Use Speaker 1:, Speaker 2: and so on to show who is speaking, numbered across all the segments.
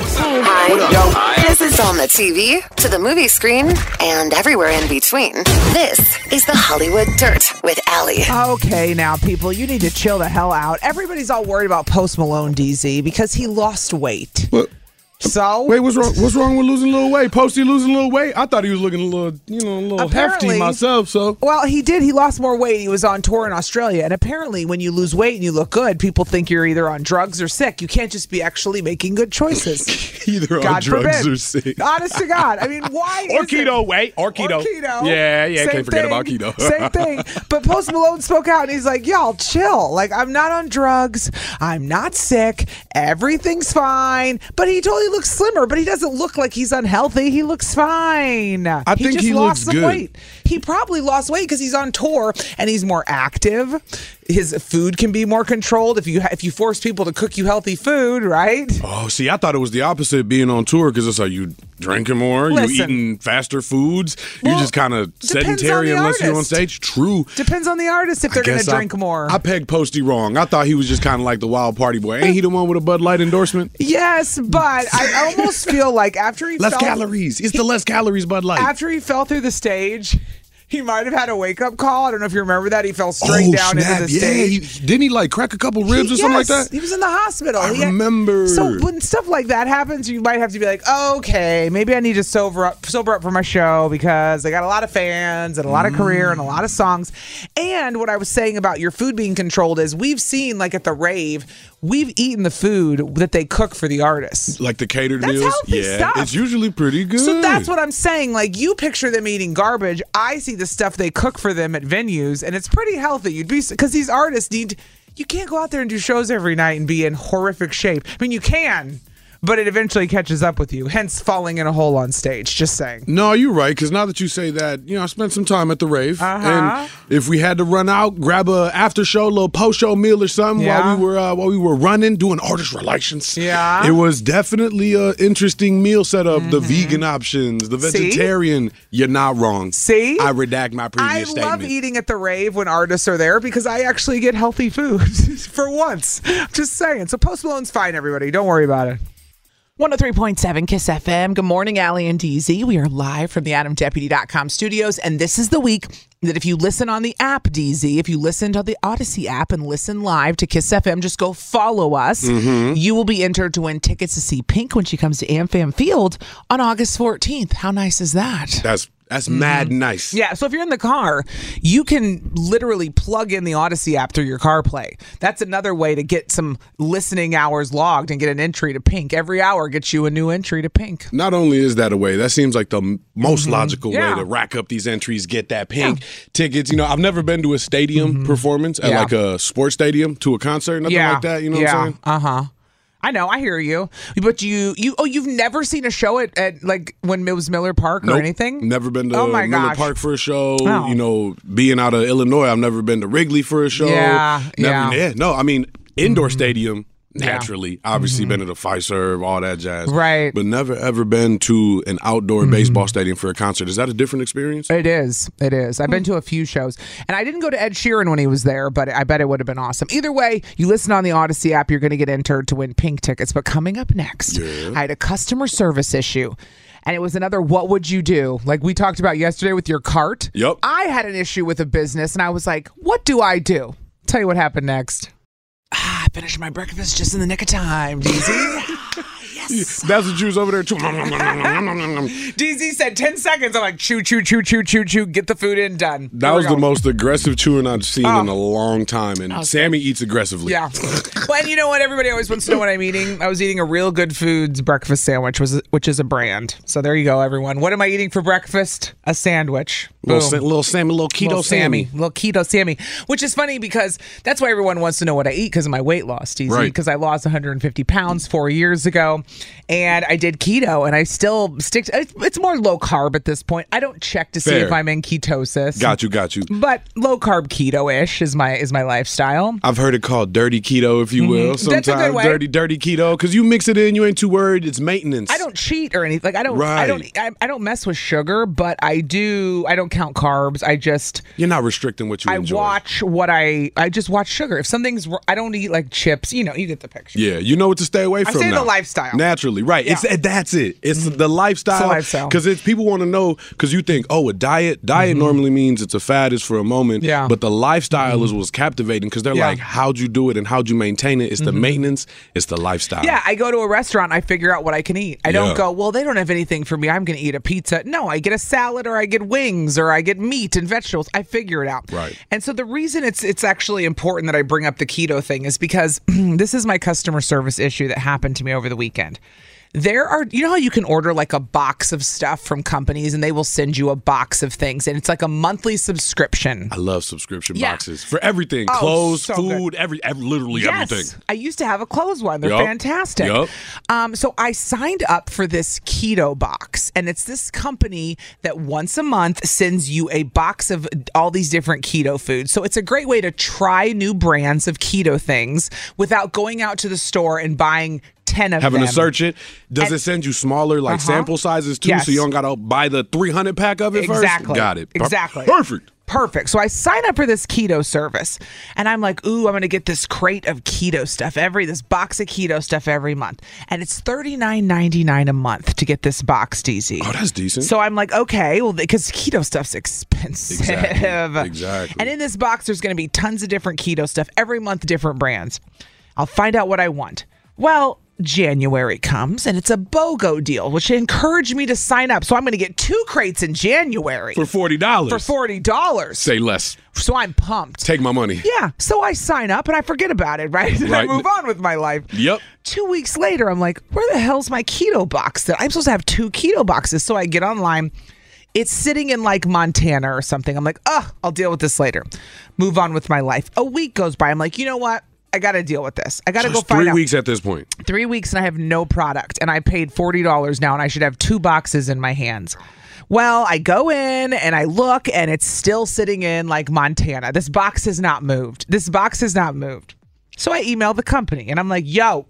Speaker 1: Hi. This is on the TV, to the movie screen, and everywhere in between. This is the Hollywood Dirt with Allie.
Speaker 2: Oh,
Speaker 3: Okay, now, people, you need to chill the hell out. Everybody's all worried about Post Malone DZ because he lost weight.
Speaker 4: What?
Speaker 3: So
Speaker 4: Wait, what's wrong? What's wrong with losing a little weight? Posty losing a little weight. I thought he was looking a little, you know, a little
Speaker 3: Apparently-
Speaker 4: hefty myself. So
Speaker 3: Well, he did. He lost more weight. He was on tour in Australia. And apparently, when you lose weight and you look good, people think you're either on drugs or sick. You can't just be actually making good choices.
Speaker 4: either on
Speaker 3: God
Speaker 4: drugs
Speaker 3: forbid.
Speaker 4: or sick.
Speaker 3: Honest to God. I mean, why?
Speaker 4: Or
Speaker 3: is it-
Speaker 4: keto, wait, or keto.
Speaker 3: keto.
Speaker 4: Yeah, yeah,
Speaker 3: Same
Speaker 4: can't forget about
Speaker 3: thing,
Speaker 4: keto.
Speaker 3: same thing. But Post Malone spoke out and he's like, y'all, chill. Like, I'm not on drugs. I'm not sick. Everything's fine. But he totally looks slimmer, but he doesn't look like he's unhealthy. He looks fine. I
Speaker 4: think
Speaker 3: just
Speaker 4: he
Speaker 3: lost
Speaker 4: looks
Speaker 3: some
Speaker 4: good.
Speaker 3: weight. He probably lost weight because he's on tour and he's more active. His food can be more controlled if you if you force people to cook you healthy food, right?
Speaker 4: Oh, see, I thought it was the opposite being on tour because it's like you drinking more, you
Speaker 3: Listen.
Speaker 4: eating faster foods,
Speaker 3: Well,
Speaker 4: you just kind of
Speaker 3: depends on
Speaker 4: sedentary
Speaker 3: the
Speaker 4: unless you're on
Speaker 3: artist.
Speaker 4: stage. True.
Speaker 3: Depends on the artist if they're going to
Speaker 4: Guess I-
Speaker 3: drink more.
Speaker 4: I pegged Posty wrong. I thought he was just kind of like the wild party boy. Ain't he the one with a Bud Light endorsement?
Speaker 3: Yes, but I almost feel like after he
Speaker 4: Less
Speaker 3: fell,
Speaker 4: calories. It's the less calories Bud Light.
Speaker 3: after he fell through the stage, he might have had a wake up call. I don't know if you remember that. He fell straight
Speaker 4: oh,
Speaker 3: down
Speaker 4: snap.
Speaker 3: into the
Speaker 4: yeah.
Speaker 3: stage.
Speaker 4: He, didn't he like crack a couple ribs or something like
Speaker 3: Yes,
Speaker 4: that?
Speaker 3: He was in the hospital.
Speaker 4: I
Speaker 3: He had-
Speaker 4: remember.
Speaker 3: so when stuff like that happens, you might have to be like, okay, maybe I need to sober up, sober up for my show because I got a lot of fans and a lot of career and a lot of songs. And what I was saying about your food being controlled is we've seen like at the rave, we've eaten the food that they cook for the artists.
Speaker 4: like the catered
Speaker 3: That's
Speaker 4: meals.
Speaker 3: healthy
Speaker 4: yeah,
Speaker 3: stuff.
Speaker 4: it's usually pretty good.
Speaker 3: So that's what I'm saying. Like you picture them eating garbage. I see the stuff they cook for them at venues, and it's pretty healthy. You'd be because these artists need. You can't go out there and do shows every night and be in horrific shape. I mean, you can, but it eventually catches up with you. Hence, falling in a hole on stage. Just saying.
Speaker 4: No, you're right. Because now that you say that, you know, I spent some time at the rave,
Speaker 3: Uh-huh.
Speaker 4: and if we had to run out, grab a after show, little post show meal or something
Speaker 3: Yeah.
Speaker 4: while we were uh, while we were running, doing artist relations.
Speaker 3: Yeah. Mm-hmm.
Speaker 4: it was definitely a interesting meal setup. The vegan options, the
Speaker 3: See?
Speaker 4: vegetarian. You're not wrong.
Speaker 3: See?
Speaker 4: I redact my previous
Speaker 3: I
Speaker 4: statement.
Speaker 3: love eating at the rave when artists are there because I actually get healthy food for once. Just saying. So Post Malone's fine, everybody. Don't worry about it.
Speaker 5: 103.7 Kiss FM. Good morning, Allie and DZ. We are live from the AdamDeputy.com studios, and this is the week that if you listen on the app, DZ, if you listen to the Odyssey app and listen live to Kiss FM, just go follow us.
Speaker 3: Mm-hmm.
Speaker 5: You will be entered to win tickets to see Pink when she comes to AmFam Field on August 14th. How nice is that?
Speaker 4: That's that's
Speaker 3: Mm-hmm.
Speaker 4: mad nice.
Speaker 3: Yeah, so if you're in the car, you can literally plug in the Odyssey app through your CarPlay. That's another way to get some listening hours logged and get an entry to Pink. Every hour gets you a new entry to Pink.
Speaker 4: Not only is that a way, that seems like the m- most logical
Speaker 3: Mm-hmm. Yeah.
Speaker 4: way to rack up these entries, get that pink tickets. You know, I've never been to a stadium performance at
Speaker 3: Mm-hmm. Yeah.
Speaker 4: like a sports stadium to a concert, nothing like that. You know
Speaker 3: yeah.
Speaker 4: what I'm saying?
Speaker 3: Uh huh. I know. I hear you. But you, you, oh, you've never seen a show at, at like when it was Miller Park or
Speaker 4: Nope.
Speaker 3: anything?
Speaker 4: Never been to
Speaker 3: Oh my
Speaker 4: Miller
Speaker 3: gosh.
Speaker 4: Park for a show.
Speaker 3: Oh.
Speaker 4: You know, being out of Illinois, I've never been to Wrigley for a show.
Speaker 3: Yeah, yeah. Mm-hmm.
Speaker 4: Never, No, I mean indoor stadium. Naturally, obviously been to the Fiserv, all that jazz.
Speaker 3: Right. Mm-hmm.
Speaker 4: But never ever been to an outdoor baseball stadium for a concert. Is that a different experience?
Speaker 3: It is. It is. I've been to a few shows, and I didn't go to Ed Sheeran when he was there, but I bet it would have been awesome. Either way, you listen on the Odyssey app, you're going to get entered to win pink tickets. But coming up next, I had a customer service issue, and it was another what would you do? Like we talked about yesterday with your cart.
Speaker 4: Yep.
Speaker 3: I had an issue with a business, and I was like, what do I do? Tell you what happened next. Ah, I finished my breakfast just in the nick of time, DZ.
Speaker 5: Yes.
Speaker 4: That's what you was over there too. that
Speaker 3: DZ said 10 seconds. I'm like, chew, chew, chew, chew, chew, chew. Get the food in, done. Here
Speaker 4: was
Speaker 3: we go. Oh.
Speaker 4: the most aggressive chewing I've seen in a long time. And Sammy eats aggressively.
Speaker 3: Yeah. well, and you know what? Everybody always wants to know what I'm eating. I was eating a real good foods breakfast sandwich, was which is a brand. So there you go, everyone. What am I eating for breakfast? A sandwich.
Speaker 4: Little,
Speaker 3: Boom.
Speaker 4: Sa- little Sammy, little keto
Speaker 3: Little
Speaker 4: Sammy.
Speaker 3: little keto Sammy, which is funny because that's why everyone wants to know what I eat because of my weight loss, DZ.
Speaker 4: Right.
Speaker 3: Because I lost 150 pounds four years ago, and I did keto, and I still stick. To, it's- it's more low carb at this point. I don't check to see
Speaker 4: Fair.
Speaker 3: if I'm in ketosis.
Speaker 4: Got you, got you.
Speaker 3: But low carb keto ish is my is my lifestyle.
Speaker 4: I've heard it called dirty keto, if you will.
Speaker 3: Mm-hmm. a good
Speaker 4: Sometimes
Speaker 3: way.
Speaker 4: dirty, dirty keto, because you mix it in, you ain't too worried. It's maintenance.
Speaker 3: I don't cheat or anything. Like I don't, I
Speaker 4: Right.
Speaker 3: don't, I, I don't mess with sugar, but I do. I don't count carbs. I just,
Speaker 4: You're not restricting what you
Speaker 3: I
Speaker 4: enjoy.
Speaker 3: watch what I, I just watch sugar. If something's, wr- I don't eat like chips. You know, you get the picture.
Speaker 4: Yeah, you know what to stay away from.
Speaker 3: say the
Speaker 4: now.
Speaker 3: lifestyle. Mm-hmm.
Speaker 4: naturally, right? It's that's it. It's the lifestyle.
Speaker 3: lifestyle. Mm-hmm.
Speaker 4: Because it's people want to know because you think, oh, a diet. Diet normally means it's a fad is for a moment.
Speaker 3: Yeah. Mm-hmm.
Speaker 4: But the lifestyle is what's captivating because they're
Speaker 3: Yeah. Mm-hmm.
Speaker 4: like, how'd you do it and how'd you maintain it? It's the maintenance. It's the lifestyle.
Speaker 3: Yeah, I go to a restaurant. I figure out what I can eat. I don't
Speaker 4: Yeah.
Speaker 3: go. Well, they don't have anything for me. I'm going to eat a pizza. No, I get a salad, or I get wings, or I get meat and vegetables. I figure it out.
Speaker 4: Right.
Speaker 3: And so the reason it's it's actually important that I bring up the keto thing is because this is my customer service issue that happened to me over the weekend. There are, you know how you can order like a box of stuff from companies and they will send you a box of things and it's like a monthly subscription.
Speaker 4: I love subscription
Speaker 3: Yeah.
Speaker 4: boxes for everything
Speaker 3: Oh,
Speaker 4: clothes,
Speaker 3: so good.
Speaker 4: food, every, ev- literally everything.
Speaker 3: I used to have a clothes one. They're
Speaker 4: Yup.
Speaker 3: fantastic.
Speaker 4: Yup.
Speaker 3: Um, so I signed up for this keto box, and it's this company that once a month sends you a box of all these different keto foods. So it's a great way to try new brands of keto things without going out to the store and buying ten of
Speaker 4: Having
Speaker 3: them.
Speaker 4: to search it. Does
Speaker 3: And-
Speaker 4: it send you smaller, like
Speaker 3: Uh-huh.
Speaker 4: sample sizes too?
Speaker 3: Yes.
Speaker 4: So you don't got to buy the 300 pack of it
Speaker 3: Exactly.
Speaker 4: first? Got it. Per-
Speaker 3: Exactly.
Speaker 4: Perfect.
Speaker 3: Perfect. So I sign up for this keto service and I'm like, ooh, I'm gonna get this crate of keto stuff every this box of keto stuff every month. And it's $39.99 a month to get this box, DZ.
Speaker 4: Oh, that's decent.
Speaker 3: so I'm like, okay, well, because keto stuff's expensive.
Speaker 4: Exactly. Exactly.
Speaker 3: And in this box, there's going to be tons of different keto stuff every month, different brands. I'll find out what I want. Well, January comes and it's a BOGO deal, which encouraged me to sign up. So I'm going to get two crates in January
Speaker 4: for forty dollars.
Speaker 3: for forty dollars.
Speaker 4: Say less.
Speaker 3: So I'm pumped.
Speaker 4: Take my money.
Speaker 3: yeah. So I sign up and I forget about it, right? And I
Speaker 4: Right.
Speaker 3: move on with my life.
Speaker 4: Yep.
Speaker 3: Two weeks later, I'm like, where the hell's my keto box? That I'm supposed to have two keto boxes. So I get online. It's sitting in like Montana or something. I'm like, oh, I'll deal with this later. Move on with my life. A week goes by. I'm like, you know what? I got to deal with this. I got to go
Speaker 4: It's
Speaker 3: find
Speaker 4: three
Speaker 3: out.
Speaker 4: weeks at this point.
Speaker 3: Three weeks and I have no product, and I paid forty dollars now, and I should have two boxes in my hands. Well, I go in and I look, and it's still sitting in like Montana. This box has not moved. This box has not moved. So I email the company, and I'm like, "Yo,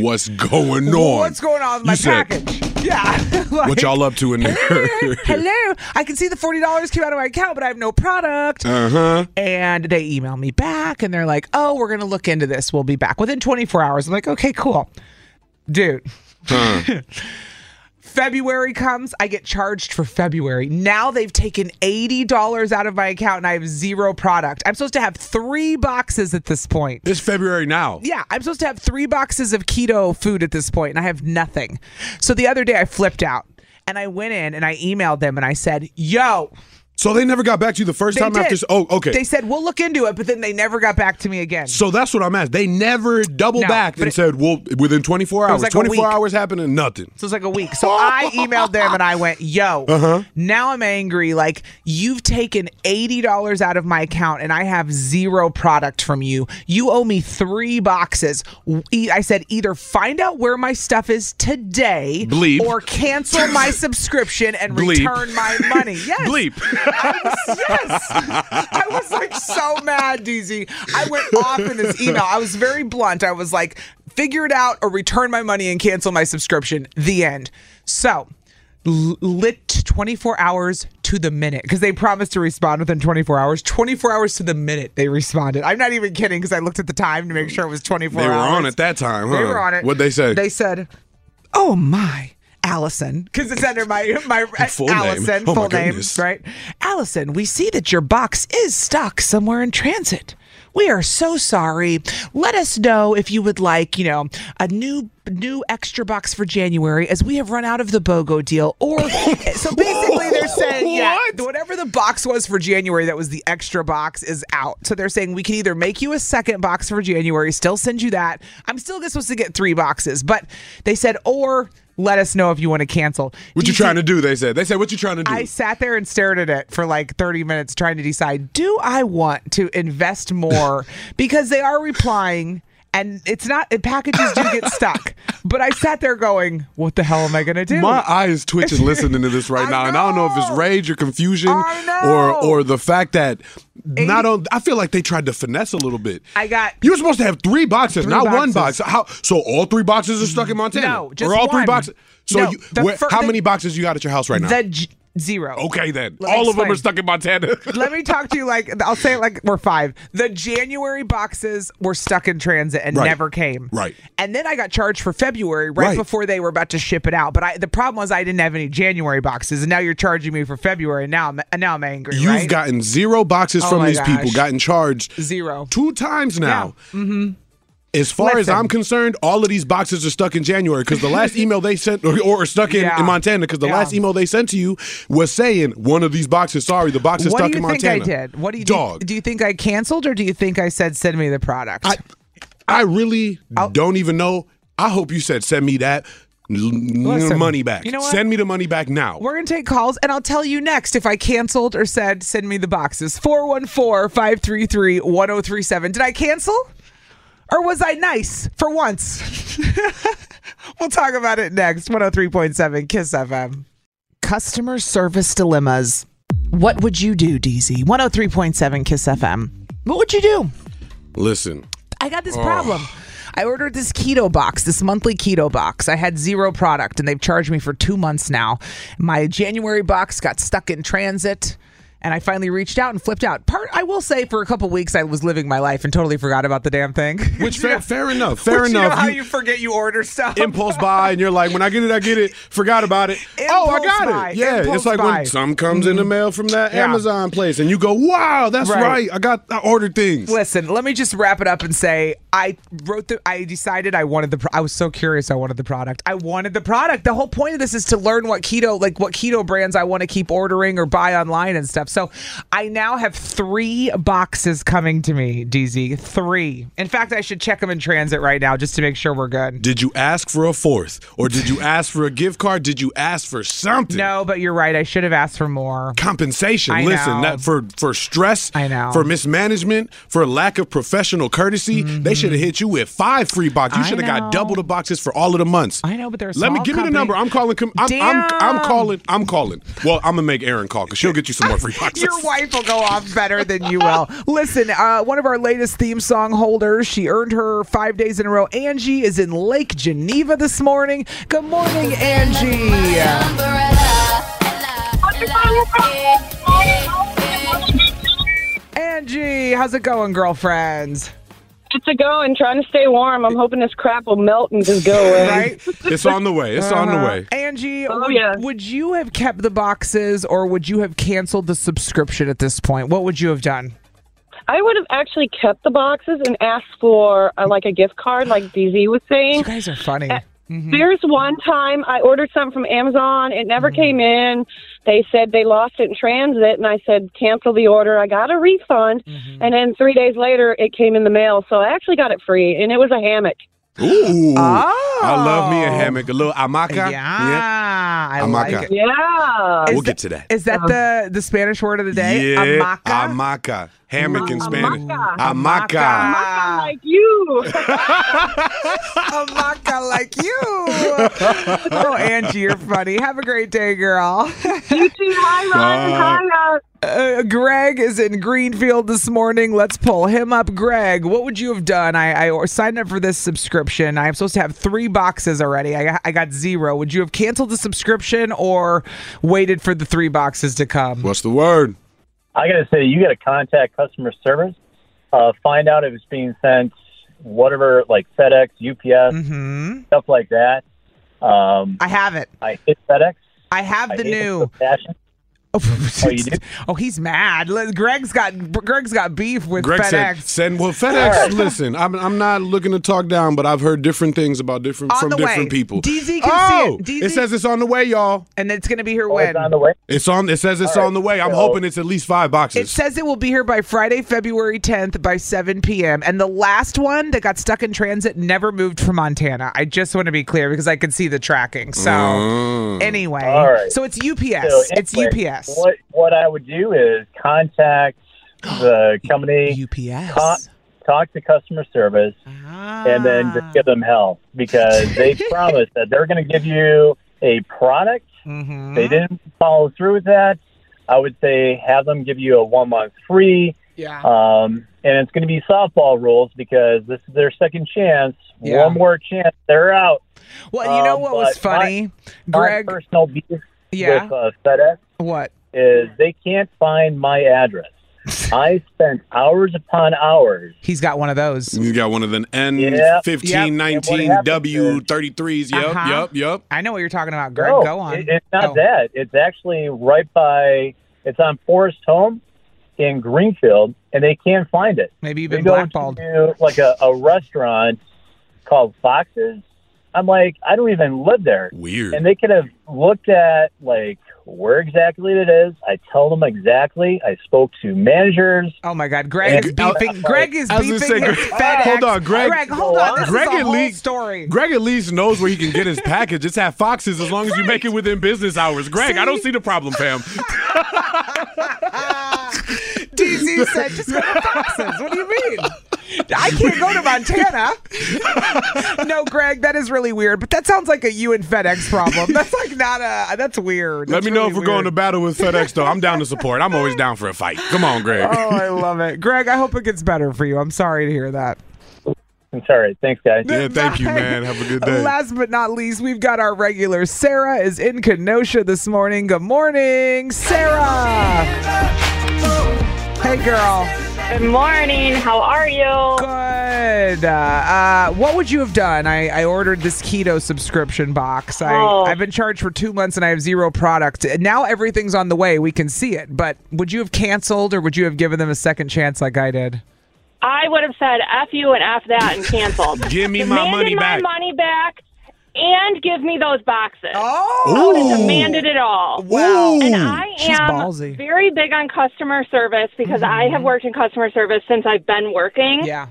Speaker 4: What's going on?
Speaker 3: what's going on with my
Speaker 4: You said,
Speaker 3: package? Yeah, like,
Speaker 4: What y'all up to in there?
Speaker 3: hello. I can see the forty dollars came out of my account, but I have no product.
Speaker 4: uh huh.
Speaker 3: And they email me back and they're like, oh, we're going to look into this. We'll be back within 24 hours. I'm like, okay, cool. Dude. February comes, I get charged for February. Now they've taken $80 out of my account and I have zero product. I'm supposed to have three boxes at this point.
Speaker 4: It's February now.
Speaker 3: Yeah, I'm supposed to have three boxes of keto food at this point, and I have nothing. So the other day I flipped out and I went in and I emailed them and I said, Yo,
Speaker 4: So they never got back to you the first
Speaker 3: they
Speaker 4: time
Speaker 3: did.
Speaker 4: after. s- Oh, okay.
Speaker 3: They said we'll look into it, but then they never got back to me again.
Speaker 4: so that's what I'm at. They never doubled
Speaker 3: No,
Speaker 4: back
Speaker 3: but
Speaker 4: and
Speaker 3: it-
Speaker 4: said, "Well, within 24 hours,
Speaker 3: like a
Speaker 4: 24
Speaker 3: week.
Speaker 4: hours happened and nothing."
Speaker 3: So it's like a week. So I emailed them and I went, yo,
Speaker 4: Uh-huh.
Speaker 3: now I'm angry. Like, you've taken $80 out of my account and I have zero product from you. You owe me three boxes. E- I said, either find out where my stuff is today
Speaker 4: Bleep.
Speaker 3: or cancel my subscription and
Speaker 4: Bleep.
Speaker 3: return my money. Yes.
Speaker 4: Bleep.
Speaker 3: I was, yes. I was like so mad, DZ. I went off in this email. I was very blunt. I was like, figure it out or return my money and cancel my subscription. The end. So l- lit 24 hours to the minute because they promised to respond within 24 hours 24 hours to the minute they responded i'm not even kidding because i looked at the time to make sure it was 24
Speaker 4: They were
Speaker 3: hours.
Speaker 4: on at that time, huh?
Speaker 3: They were on it.
Speaker 4: What'd they say?
Speaker 3: They said, "Oh my, Allison," because it's under my my
Speaker 4: Full name.
Speaker 3: Allison
Speaker 4: Oh my
Speaker 3: full name,
Speaker 4: goodness.
Speaker 3: right? Allison, we see that your box is stuck somewhere in transit. We are so sorry. Let us know if you would like, you know, a new
Speaker 5: new extra bucks for January as we have run out of the BOGO deal. Or
Speaker 3: So basically, they're saying yeah,
Speaker 4: What?
Speaker 3: whatever the box was for January, that was the extra box, is out. So they're saying we can either make you a second box for January, still send you that. I'm still supposed to get three boxes, but they said, or let us know if you want to cancel.
Speaker 4: What you
Speaker 3: DC
Speaker 4: trying to do? They said. They said, "What you trying to do?"
Speaker 3: I sat there and stared at it for like 30 minutes trying to decide do I want to invest more? because they are replying and it's not, and packages do get stuck. But I sat there going, what the hell am I going to do?
Speaker 4: My eye is twitching listening to this right
Speaker 3: I
Speaker 4: now, and I don't know if it's
Speaker 3: know.
Speaker 4: rage or confusion
Speaker 3: I
Speaker 4: or
Speaker 3: know.
Speaker 4: or the fact that not on. I feel like they tried to finesse a little bit.
Speaker 3: I got-
Speaker 4: you were supposed to have three boxes,
Speaker 3: Three
Speaker 4: not one box.
Speaker 3: boxes.
Speaker 4: How? So all three boxes are stuck in Montana.
Speaker 3: No, just
Speaker 4: or all three
Speaker 3: one.
Speaker 4: boxes. So
Speaker 3: No,
Speaker 4: you,
Speaker 3: the
Speaker 4: where-
Speaker 3: fir-
Speaker 4: how
Speaker 3: the-
Speaker 4: many boxes you got at your house right now?
Speaker 3: the j- zero.
Speaker 4: okay, then
Speaker 3: Let me
Speaker 4: all of them are
Speaker 3: explain.
Speaker 4: stuck in Montana.
Speaker 3: Let me talk to you like I'll say it like we're five. The January boxes were stuck in transit and
Speaker 4: Right.
Speaker 3: never came.
Speaker 4: Right.
Speaker 3: And then I got charged for February right,
Speaker 4: Right.
Speaker 3: before they were about to ship it out. But I the problem was I didn't have any January boxes, and now you're charging me for February. And now I'm and now I'm angry.
Speaker 4: You've
Speaker 3: right?
Speaker 4: gotten zero boxes
Speaker 3: Oh
Speaker 4: from
Speaker 3: my
Speaker 4: these people.
Speaker 3: gosh.
Speaker 4: Gotten charged
Speaker 3: zero.
Speaker 4: two times now.
Speaker 3: Mm-hmm.
Speaker 4: As far as
Speaker 3: Listen.
Speaker 4: I'm concerned, all of these boxes are stuck in January because the last email they sent, or, or stuck in,
Speaker 3: Yeah.
Speaker 4: in Montana, because the
Speaker 3: Yeah.
Speaker 4: last email they sent to you was saying one of these boxes. Sorry, the box is
Speaker 3: What
Speaker 4: stuck
Speaker 3: do
Speaker 4: in
Speaker 3: you think
Speaker 4: Montana.
Speaker 3: I did? What do you
Speaker 4: dog?
Speaker 3: Do, do you think I canceled or do you think I said send me the product?
Speaker 4: I, I really
Speaker 3: Oh.
Speaker 4: don't even know. I hope you said send me that l-
Speaker 3: Listen,
Speaker 4: money back.
Speaker 3: you know what?
Speaker 4: Send me the money back now.
Speaker 3: We're going to take calls, and I'll tell you next if I canceled or said, send me the boxes. 414 533 1037. Did I cancel? Or was I nice for once? we'll talk about it next. 103.7 Kiss FM. Customer service dilemmas. What would you do, DZ? 103.7 Kiss FM. What would you do?
Speaker 4: Listen,
Speaker 3: I got this problem. I ordered this keto box, this monthly keto box. I had zero product and they've charged me for two months now. My January box got stuck in transit and I finally reached out and flipped out. Part I will say for a couple weeks I was living my life and totally forgot about the damn thing.
Speaker 4: which
Speaker 3: You
Speaker 4: fair,
Speaker 3: know-
Speaker 4: fair enough. Fair
Speaker 3: which you know
Speaker 4: enough.
Speaker 3: how
Speaker 4: You-
Speaker 3: you forget you order stuff.
Speaker 4: impulse buy and you're like, when I get it, I get it. Forgot about it. oh, I
Speaker 3: Impulse
Speaker 4: got
Speaker 3: buy,
Speaker 4: it. Yeah,
Speaker 3: impulse
Speaker 4: it's like
Speaker 3: buy.
Speaker 4: when some comes in the mail from that
Speaker 3: Yeah.
Speaker 4: Amazon place, and you go, wow, that's right.
Speaker 3: Right.
Speaker 4: I got, I ordered things.
Speaker 3: Listen, let me just wrap it up and say I wrote the I decided I wanted the pro- I was so curious I wanted the product. I wanted the product. The whole point of this is to learn what keto like what keto brands I want to keep ordering or buy online and stuff. So, I now have 3 boxes coming to me, DZ. 3. In fact, I should check them in transit right now just to make sure we're good.
Speaker 4: Did you ask for a fourth, or did you ask for a gift card? Did you ask for something?
Speaker 3: No, but you're right. I should have asked for more.
Speaker 4: Compensation.
Speaker 3: I
Speaker 4: Listen,
Speaker 3: know.
Speaker 4: that for for stress,
Speaker 3: I know.
Speaker 4: for mismanagement, for lack of professional courtesy, they should have hit you with five free boxes. You
Speaker 3: Mm-hmm. I
Speaker 4: should have got
Speaker 3: know.
Speaker 4: double the boxes for all of the months.
Speaker 3: I know, but they're a
Speaker 4: Let me
Speaker 3: small
Speaker 4: give me the
Speaker 3: company.
Speaker 4: number. I'm calling. com- I'm, I'm, I'm
Speaker 3: Damn.
Speaker 4: calling. I'm calling. Well, I'm gonna make Aaron call because she'll get you some more free boxes.
Speaker 3: Your wife will go off better than you will. Listen, uh, one of our latest theme song holders, she earned her five days in a row. Angie is in Lake Geneva this morning. Good morning, Angie. Angie, how's it going, girlfriends?
Speaker 6: It's a go and trying to stay warm. I'm hoping this crap will melt and just go away.
Speaker 3: Right?
Speaker 4: It's on the way. It's on the way.
Speaker 3: Uh-huh. Angie,
Speaker 6: Oh,
Speaker 3: would,
Speaker 6: yeah.
Speaker 3: would you have kept the boxes or would you have canceled the subscription at this point? What would you have done?
Speaker 6: I would have actually kept the boxes and asked for uh, like a gift card, like DZ was saying.
Speaker 3: You guys are funny. Mm-hmm.
Speaker 6: There's one time I ordered something from Amazon. It never
Speaker 3: Mm-hmm.
Speaker 6: came in. They said they lost it in transit, and I said, cancel the order. I got a refund.
Speaker 3: Mm-hmm.
Speaker 6: And then three days later, it came in the mail. So I actually got it free, and it was a hammock.
Speaker 4: Ooh.
Speaker 3: Oh.
Speaker 4: I love me a hammock, a little amaka.
Speaker 3: Yeah, Ah, I
Speaker 4: Amaka.
Speaker 3: like it.
Speaker 6: Yeah. Um,
Speaker 4: We'll
Speaker 3: Is
Speaker 4: get to that.
Speaker 3: Is that the the Spanish word of the day?
Speaker 4: Yeah.
Speaker 3: Amaca.
Speaker 4: Amaka. Hammock in Spanish.
Speaker 6: Amaka.
Speaker 4: Amaka.
Speaker 3: Amaka.
Speaker 6: like you.
Speaker 3: Amaka like you. oh, Angie, you're funny. Have a great day, girl.
Speaker 6: you too. Hi, Ryan. Hi, uh,
Speaker 3: Uh, Greg is in Greenfield this morning. Let's pull him up. Greg, what would you have done? I, I signed up for this subscription. I'm supposed to have three boxes already. I, got- I got zero. Would you have canceled the subscription or waited for the three boxes to come?
Speaker 4: What's the word?
Speaker 7: I got to say, you got to contact customer service, uh, find out if it's being sent, whatever, like FedEx, UPS, stuff like that. Um,
Speaker 3: Mm-hmm. I have it.
Speaker 7: I hate FedEx.
Speaker 3: I have
Speaker 7: I
Speaker 3: the
Speaker 7: hate them
Speaker 3: new.
Speaker 7: with passion.
Speaker 3: Oh, he's mad. Let- Greg's got Greg's got beef with
Speaker 4: Greg
Speaker 3: FedEx.
Speaker 4: said, said, "Well, FedEx. listen, I'm, I'm not looking to talk down, but I've heard different things about different
Speaker 3: On
Speaker 4: from
Speaker 3: the way.
Speaker 4: different people.
Speaker 3: DZ can
Speaker 4: oh,
Speaker 3: see it. DZ
Speaker 4: says it's on the way, y'all.
Speaker 3: and it's gonna be here
Speaker 7: Oh,
Speaker 3: when
Speaker 7: it's on the way.
Speaker 4: It's on. It says it's
Speaker 7: All right,
Speaker 4: on the way. I'm
Speaker 7: so-
Speaker 4: hoping it's at least five
Speaker 3: It
Speaker 4: boxes.
Speaker 3: says it will be here by Friday, February 10th by 7 p.m. And the last one that got stuck in transit never moved from Montana. I just want to be clear because I could see the tracking. So
Speaker 4: Mm.
Speaker 3: anyway,
Speaker 7: All right.
Speaker 3: so it's
Speaker 7: So
Speaker 3: UPS. it's
Speaker 7: anyway,
Speaker 3: UPS.
Speaker 7: What what I would do is contact the company, con-
Speaker 5: UPS.
Speaker 7: talk to customer service, and then just
Speaker 3: Ah.
Speaker 7: give them hell because they promised that they're going to give you a product.
Speaker 3: Mm-hmm.
Speaker 7: They didn't follow through with that. I would say have them give you a one month free.
Speaker 3: Yeah.
Speaker 7: Um, and it's going to be softball rules because this is their second chance.
Speaker 3: Yeah.
Speaker 7: One more chance, they're out.
Speaker 3: well, you know
Speaker 7: um,
Speaker 3: what was
Speaker 7: but my-
Speaker 3: funny, Greg?
Speaker 7: My personal beef
Speaker 3: Yeah.
Speaker 7: with uh, FedEx
Speaker 3: what?
Speaker 7: is they can't find my address. I spent hours upon hours.
Speaker 3: He's got one of those.
Speaker 4: you got one of the
Speaker 7: Yeah.
Speaker 4: N1519
Speaker 7: Yep. And
Speaker 4: W33s. Yep,
Speaker 3: Uh-huh.
Speaker 4: yep, yep.
Speaker 3: I know what you're talking about, Greg.
Speaker 7: No,
Speaker 3: Go on.
Speaker 7: it- it's
Speaker 3: Go.
Speaker 7: not that. It's actually right by. It's on Forest Home in Greenfield, and they can't find it.
Speaker 3: Maybe you've
Speaker 7: They
Speaker 3: been
Speaker 7: go
Speaker 3: blackballed.
Speaker 7: to like a, a restaurant called Foxes. I'm like, I don't even live there.
Speaker 4: Weird.
Speaker 7: And they could have looked at like where exactly it is. I tell them exactly. I spoke to managers.
Speaker 3: Oh my God, Greg is
Speaker 7: And-
Speaker 3: beefing. Greg is
Speaker 4: I was gonna
Speaker 3: beefing
Speaker 4: say,
Speaker 3: his
Speaker 4: Greg-
Speaker 3: FedEx.
Speaker 4: Hold on, Greg.
Speaker 3: Greg, hold on. This is
Speaker 4: Greg
Speaker 3: a
Speaker 4: at
Speaker 3: whole
Speaker 4: least-
Speaker 3: story.
Speaker 4: Greg at least knows where he can get his package. It's at Fox's as long as you make it within business hours. Greg, I don't see the problem, fam.
Speaker 3: DZ said, just go to Foxes. What do you mean? I can't go to Montana. no, Greg, that is really weird. But that sounds like a you and FedEx problem. That's like not a. That's weird.
Speaker 4: Let
Speaker 3: That's
Speaker 4: me know
Speaker 3: really
Speaker 4: if we're going to
Speaker 3: weird.
Speaker 4: battle with FedEx, though. I'm down to support. I'm always down for a fight. Come on, Greg.
Speaker 3: Oh, I love it, Greg. I hope it gets better for you. I'm sorry to hear that.
Speaker 7: I'm sorry. Thanks, guys.
Speaker 4: yeah, thank you, man. Have a good day.
Speaker 3: Last but not least, we've got our regular Sarah is in Kenosha this morning. Good morning, Sarah. Hey, girl.
Speaker 6: Good morning. How are you?
Speaker 3: Good. Uh, uh, what would you have done? I, I ordered this keto subscription box. I,
Speaker 6: Oh.
Speaker 3: I've been charged for two months and I have zero product. Now everything's on the way. We can see it. But would you have canceled or would you have given them a second chance like I did?
Speaker 6: I would have said "f you" and "f that" and canceled.
Speaker 4: Give me my
Speaker 6: Demanded
Speaker 4: money back.
Speaker 6: My money back, and give me those boxes.
Speaker 3: Oh,
Speaker 6: Demanded it all.
Speaker 3: wow.
Speaker 6: And I
Speaker 3: She's
Speaker 6: am
Speaker 3: ballsy. Mm-hmm.
Speaker 6: very big on customer service because I have worked in customer service since I've been working.
Speaker 3: Yeah.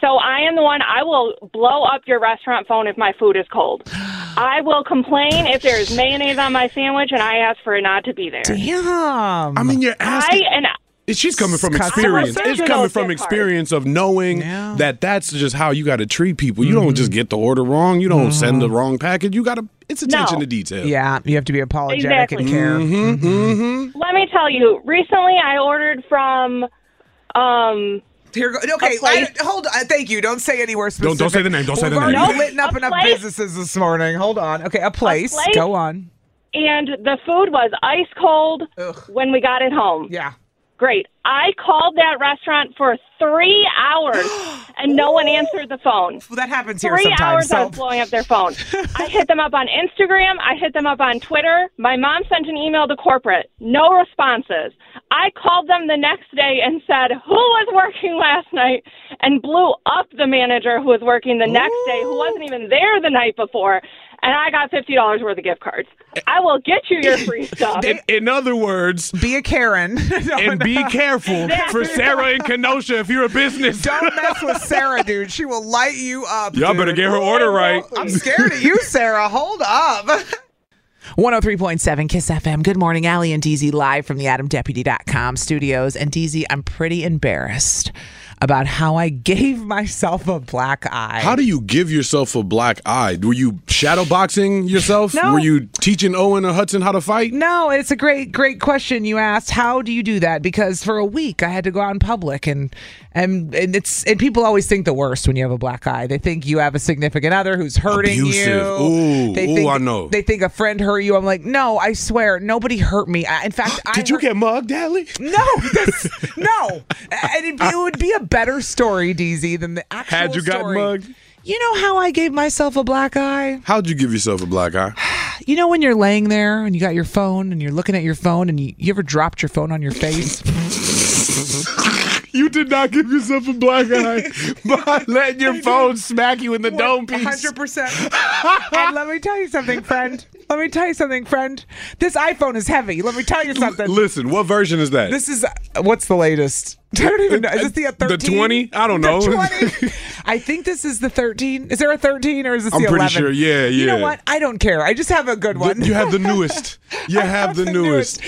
Speaker 6: So I am the one, I will blow up your restaurant phone if my food is cold. I will complain if there is mayonnaise on my sandwich and I ask for it not to be there.
Speaker 3: Damn.
Speaker 4: I mean, you're
Speaker 6: I
Speaker 4: asking.
Speaker 6: and
Speaker 4: She's coming from
Speaker 3: Customer
Speaker 4: experience.
Speaker 6: service
Speaker 4: It's
Speaker 6: is
Speaker 4: coming
Speaker 6: also
Speaker 4: from
Speaker 6: hard.
Speaker 4: experience of knowing
Speaker 3: Yeah. Mm-hmm.
Speaker 4: that that's just how you got to treat people. You don't just get the order wrong. You don't send the wrong package. You got to. It's attention
Speaker 6: No.
Speaker 4: to detail.
Speaker 3: yeah, you have to be apologetic
Speaker 6: Exactly.
Speaker 3: and care.
Speaker 4: Mm-hmm, mm-hmm.
Speaker 6: let me tell you, recently I ordered from um
Speaker 3: Here, go- okay, I, hold on. Thank you. Don't say anywhere
Speaker 4: Don't-
Speaker 3: specific.
Speaker 4: don't say the name. Don't say
Speaker 3: We've
Speaker 4: the name.
Speaker 3: already
Speaker 4: No,
Speaker 3: Written up
Speaker 6: a
Speaker 3: enough
Speaker 6: place.
Speaker 3: businesses this morning. Hold on. Okay, a place.
Speaker 6: place.
Speaker 3: Go on.
Speaker 6: and the food was ice cold
Speaker 3: Ugh.
Speaker 6: when we got it home.
Speaker 3: Yeah.
Speaker 6: Great. I called that restaurant for three hours and no one answered the phone.
Speaker 3: Well, that happens here
Speaker 6: Three
Speaker 3: sometimes.
Speaker 6: hours I
Speaker 3: So,
Speaker 6: was blowing up their phone. I hit them up on Instagram. I hit them up on Twitter. My mom sent an email to corporate. No responses. I called them the next day and said, Who was working last night? And blew up the manager who was working the next day, who wasn't even there the night before. And I got $50 worth of gift cards. I will get you your free stuff.
Speaker 4: In, in other words,
Speaker 3: be a Karen.
Speaker 4: and
Speaker 3: don't,
Speaker 4: be careful for Sarah in Kenosha if you're a business.
Speaker 3: don't mess with Sarah, dude. She will light you up.
Speaker 4: Y'all
Speaker 3: dude.
Speaker 4: better get her order right.
Speaker 3: I'm scared of you, Sarah. Hold up.
Speaker 5: 103.7 Kiss FM. Good morning, Allie and DZ live from the AdamDeputy.com studios. And DZ, I'm pretty embarrassed about how I gave
Speaker 3: Myself a black eye.
Speaker 4: How do you give yourself a black eye? Were you shadow boxing yourself?
Speaker 3: No.
Speaker 4: Were you teaching Owen or Hudson how to fight?
Speaker 3: No, it's a great, great question you asked. How do you do that? Because for a week I had to go out in public, and and and it's and people always think the worst when you have a black eye. They think you have a significant other who's hurting
Speaker 4: Abusive.
Speaker 3: you.
Speaker 4: Ooh,
Speaker 3: they
Speaker 4: ooh,
Speaker 3: think,
Speaker 4: I know.
Speaker 3: They think a friend hurt you. I'm like, no, I swear, nobody hurt me. I, in fact, I
Speaker 4: Did you
Speaker 3: hurt-
Speaker 4: get mugged, Allie?
Speaker 3: no, this, no, and it'd be, it would be a better story, DZ, than the actual.
Speaker 4: Had you got
Speaker 3: story.
Speaker 4: mugged?
Speaker 3: You know how I gave myself a black eye?
Speaker 4: How'd you give yourself a black eye?
Speaker 5: you know when you're laying there and you got your phone and you're looking at your phone and you, you ever dropped your phone on your face?
Speaker 4: You did not give yourself a black eye by letting your phone smack you in the dome piece.
Speaker 3: 100%. and let me tell you something, friend. Let me tell you something, friend. This iPhone is heavy. Let me tell you something.
Speaker 4: Listen, what version is that?
Speaker 3: This is uh, what's the latest? I don't even know. Is this the uh,
Speaker 4: The
Speaker 3: 13?
Speaker 4: 20? I don't
Speaker 3: The
Speaker 4: know.
Speaker 3: 20? I think this is the 13. Is there a 13 or is this
Speaker 4: I'm
Speaker 3: the 11?
Speaker 4: pretty sure. Yeah,
Speaker 3: You know
Speaker 4: yeah.
Speaker 3: what? I don't care. I just have a good one.
Speaker 4: you have the newest. You
Speaker 3: I
Speaker 4: have the newest.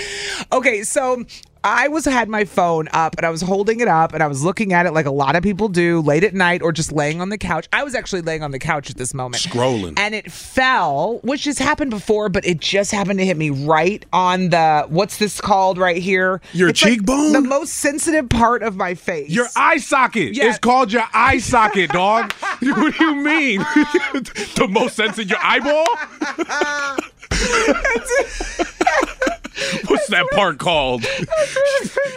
Speaker 3: Okay, so I was had my phone up and I was holding it up and I was looking at it like a lot of people do late at night or just laying on the couch. I was actually laying on the couch at this moment.
Speaker 4: Scrolling.
Speaker 3: And it fell, which has happened before, but it just happened to hit me right on the what's this called right here?
Speaker 4: Your
Speaker 3: like
Speaker 4: cheekbone?
Speaker 3: the most sensitive part of my face.
Speaker 4: Your eye socket.
Speaker 3: Yeah.
Speaker 4: It's called your eye socket, dog. what do you mean? the most sense in your eyeball? What's that part called?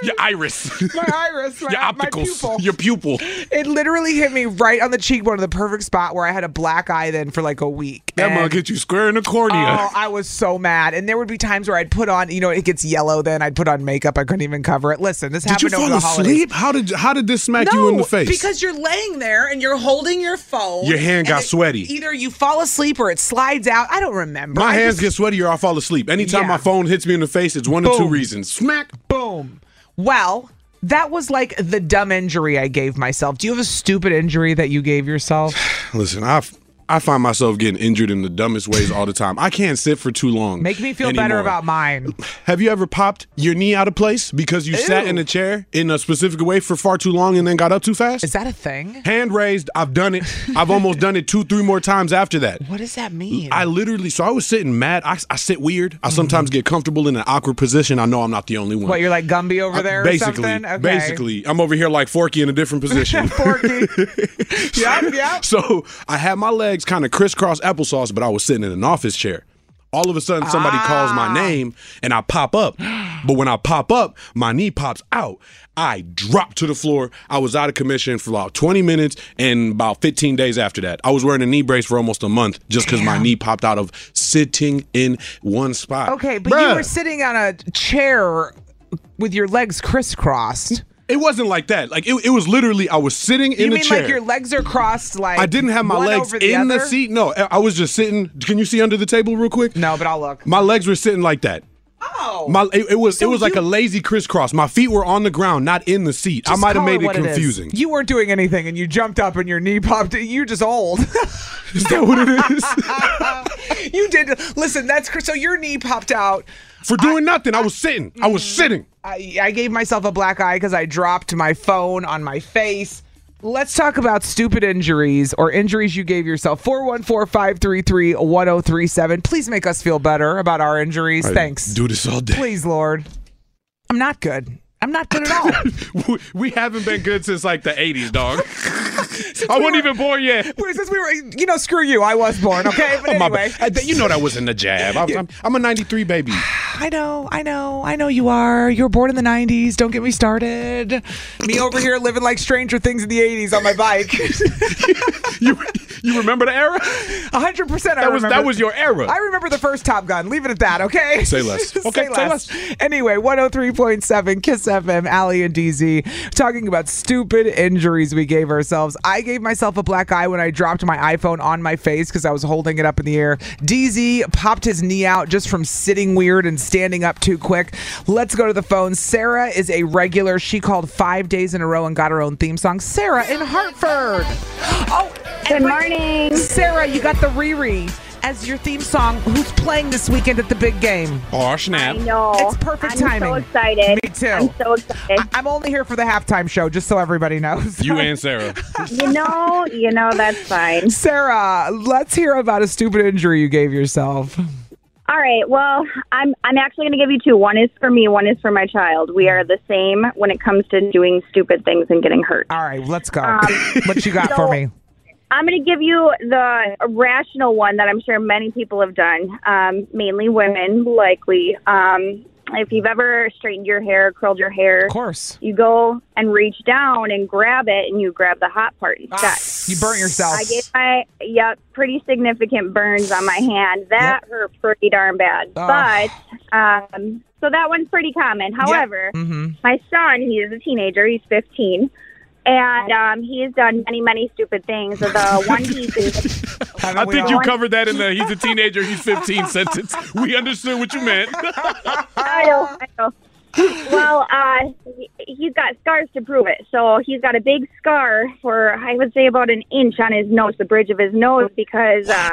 Speaker 4: your iris.
Speaker 3: my iris, my,
Speaker 4: your
Speaker 3: my
Speaker 4: opticals.
Speaker 3: pupil.
Speaker 4: your pupil.
Speaker 3: It literally hit me right on the cheekbone in the perfect spot where I had a black eye then for like a week.
Speaker 4: That
Speaker 3: And-
Speaker 4: mug hit you square in the cornea.
Speaker 3: Oh, I was so mad. And there would be times where I'd put on, you know, it gets yellow then. I'd put on makeup. I couldn't even cover it. Listen, this
Speaker 4: did you
Speaker 3: happened over
Speaker 4: fall
Speaker 3: the holidays.
Speaker 4: asleep? How did how did this smack you in the face?
Speaker 5: because you're laying there and you're holding your phone.
Speaker 4: Your hand
Speaker 5: and
Speaker 4: got
Speaker 5: it-
Speaker 4: sweaty.
Speaker 5: Either you fall asleep or it slides out. I don't remember.
Speaker 4: my
Speaker 5: I
Speaker 4: hands
Speaker 5: just-
Speaker 4: get sweaty or I fall asleep. Anytime
Speaker 3: Yeah.
Speaker 4: my phone hits me in the face, it's one of two
Speaker 3: Boom.
Speaker 4: reasons. Smack.
Speaker 3: Boom. Well, that was like the dumb injury I gave myself. Do you have a stupid injury that you gave yourself?
Speaker 4: Listen, I I find myself getting injured in the dumbest ways all the time. I can't sit for too long.
Speaker 3: Make me feel better
Speaker 4: anymore.
Speaker 3: about mine.
Speaker 4: Have you ever popped your knee out of place because you sat
Speaker 3: Ew.
Speaker 4: in a chair in a specific way for far too long and then got up too fast?
Speaker 3: Is that a thing?
Speaker 4: Hand raised. I've done it. I've almost done it two, three more times after that.
Speaker 5: What does that mean?
Speaker 4: I literally, so I was sitting mad. I, I sit weird. I sometimes get comfortable in an awkward position. I know I'm not the only one.
Speaker 3: What, you're like Gumby over
Speaker 4: I-
Speaker 3: there or
Speaker 4: basically,
Speaker 3: something? Okay.
Speaker 4: basically, I'm over here like Forky in a different position.
Speaker 3: Porky. yep, yep.
Speaker 4: So I had my legs kind of crisscross applesauce, but I was sitting in an office chair. All of a sudden, somebody calls
Speaker 3: Ah.
Speaker 4: my name and I pop up. But when I pop up, my knee pops out. I drop to the floor. I was out of commission for about 20 minutes and about 15 days after that. I was wearing a knee brace for almost a month just because my knee popped out of sitting in one spot.
Speaker 3: Okay, but you
Speaker 4: Bruh,
Speaker 3: were sitting on a chair with your legs crisscrossed.
Speaker 4: It wasn't like that. Like, it, it was literally, I was sitting in
Speaker 3: you
Speaker 4: a
Speaker 3: mean
Speaker 4: chair.
Speaker 3: like your legs are crossed? Like
Speaker 4: I didn't have my
Speaker 3: one
Speaker 4: legs
Speaker 3: over
Speaker 4: in the
Speaker 3: other?
Speaker 4: seat. No, I I was just sitting. Can you see under the table real quick?
Speaker 3: No, but I'll look.
Speaker 4: My legs were sitting like that.
Speaker 3: Oh,
Speaker 4: My it, it was
Speaker 3: So
Speaker 4: it was like
Speaker 3: you-
Speaker 4: a lazy crisscross. My feet were on the ground, not in the seat.
Speaker 3: Just
Speaker 4: I might
Speaker 3: call
Speaker 4: have made it,
Speaker 3: what is.
Speaker 4: confusing.
Speaker 3: You weren't doing anything, and you jumped up, and your knee popped. You're just old.
Speaker 4: Is that what it is?
Speaker 3: you did. Listen, that's cr- so your knee popped out. Mm.
Speaker 4: For doing nothing, I was sitting. I was sitting.
Speaker 3: I, I gave myself a black eye because I dropped my phone on my face. Let's talk about stupid injuries or injuries you gave yourself. 414 533 1037. Please make us feel better about our injuries. Thanks.
Speaker 4: Do this all day.
Speaker 3: Please, Lord. I'm not good. I'm not good at all.
Speaker 4: We- we haven't been good since like the '80s, dog. I wasn't even born yet.
Speaker 3: Wait, since we were, you know, screw you. I was born, okay? But
Speaker 4: Oh, my
Speaker 3: anyway.
Speaker 4: bad. Uh, th- you know that wasn't a jab. I, am I'm a '93 baby.
Speaker 3: I know, I know, I know you are. You were born in the 90s. Don't get me started. Me over here living like Stranger Things in the 80s on my bike.
Speaker 4: you you remember the era?
Speaker 3: 100% I
Speaker 4: That was that
Speaker 3: remember.
Speaker 4: was your era.
Speaker 3: I remember the first Top Gun. Leave it at that, okay?
Speaker 4: Say less. Okay,
Speaker 3: say
Speaker 4: say
Speaker 3: less. Anyway, 103.7 Kiss FM, Allie and DZ talking about stupid injuries we gave ourselves. I gave myself a black eye when I dropped my iPhone on my face because I was holding it up in the air. DZ popped his knee out just from sitting weird and standing up too quick. Let's go to the phone. Sarah is a regular. She called five days in a row and got her own theme song. Sarah in Hartford. Oh,
Speaker 8: Good
Speaker 3: and right-
Speaker 8: morning.
Speaker 3: Sarah, you got the Riri as your theme song. Who's playing this weekend at the big game?
Speaker 4: oh snap!
Speaker 8: I know.
Speaker 3: It's perfect
Speaker 8: I'm
Speaker 3: timing.
Speaker 8: so excited.
Speaker 3: Me too.
Speaker 8: I'm so excited.
Speaker 3: I- am only here for the halftime show, just so everybody knows.
Speaker 4: You and Sarah.
Speaker 8: you know, you know, that's fine.
Speaker 3: Sarah, let's hear about a stupid injury you gave yourself.
Speaker 8: All right. Well, I'm I'm actually going to give you two. One is for me. One is for my child. We are the same when it comes to doing stupid things and getting hurt.
Speaker 3: All right, let's go. what you got for
Speaker 8: Um, so-
Speaker 3: me?
Speaker 8: I'm going to give you the rational one that I'm sure many people have done, um, mainly women, likely. Um, if you've ever straightened your hair, curled your hair,
Speaker 3: Of course.
Speaker 8: you go and reach down and grab it, and you grab the hot part instead.
Speaker 3: Ah, You burnt yourself.
Speaker 8: I gave my yep pretty significant burns on my hand. That hurt pretty darn bad.
Speaker 3: Ugh.
Speaker 8: But um, so that one's pretty common. However,
Speaker 3: mm-hmm.
Speaker 8: my son, he is a teenager. He's 15, and um, he has done many many stupid things. The one he did.
Speaker 3: Haven't
Speaker 9: I
Speaker 3: we
Speaker 9: think
Speaker 3: all?
Speaker 9: you covered that in the he's a teenager, he's 15 sentence. We understood what you meant.
Speaker 8: I know, I know. Well, uh, he- he's got scars to prove it. So he's got a big scar for, I would say, about an inch on his nose, the bridge of his nose, because uh,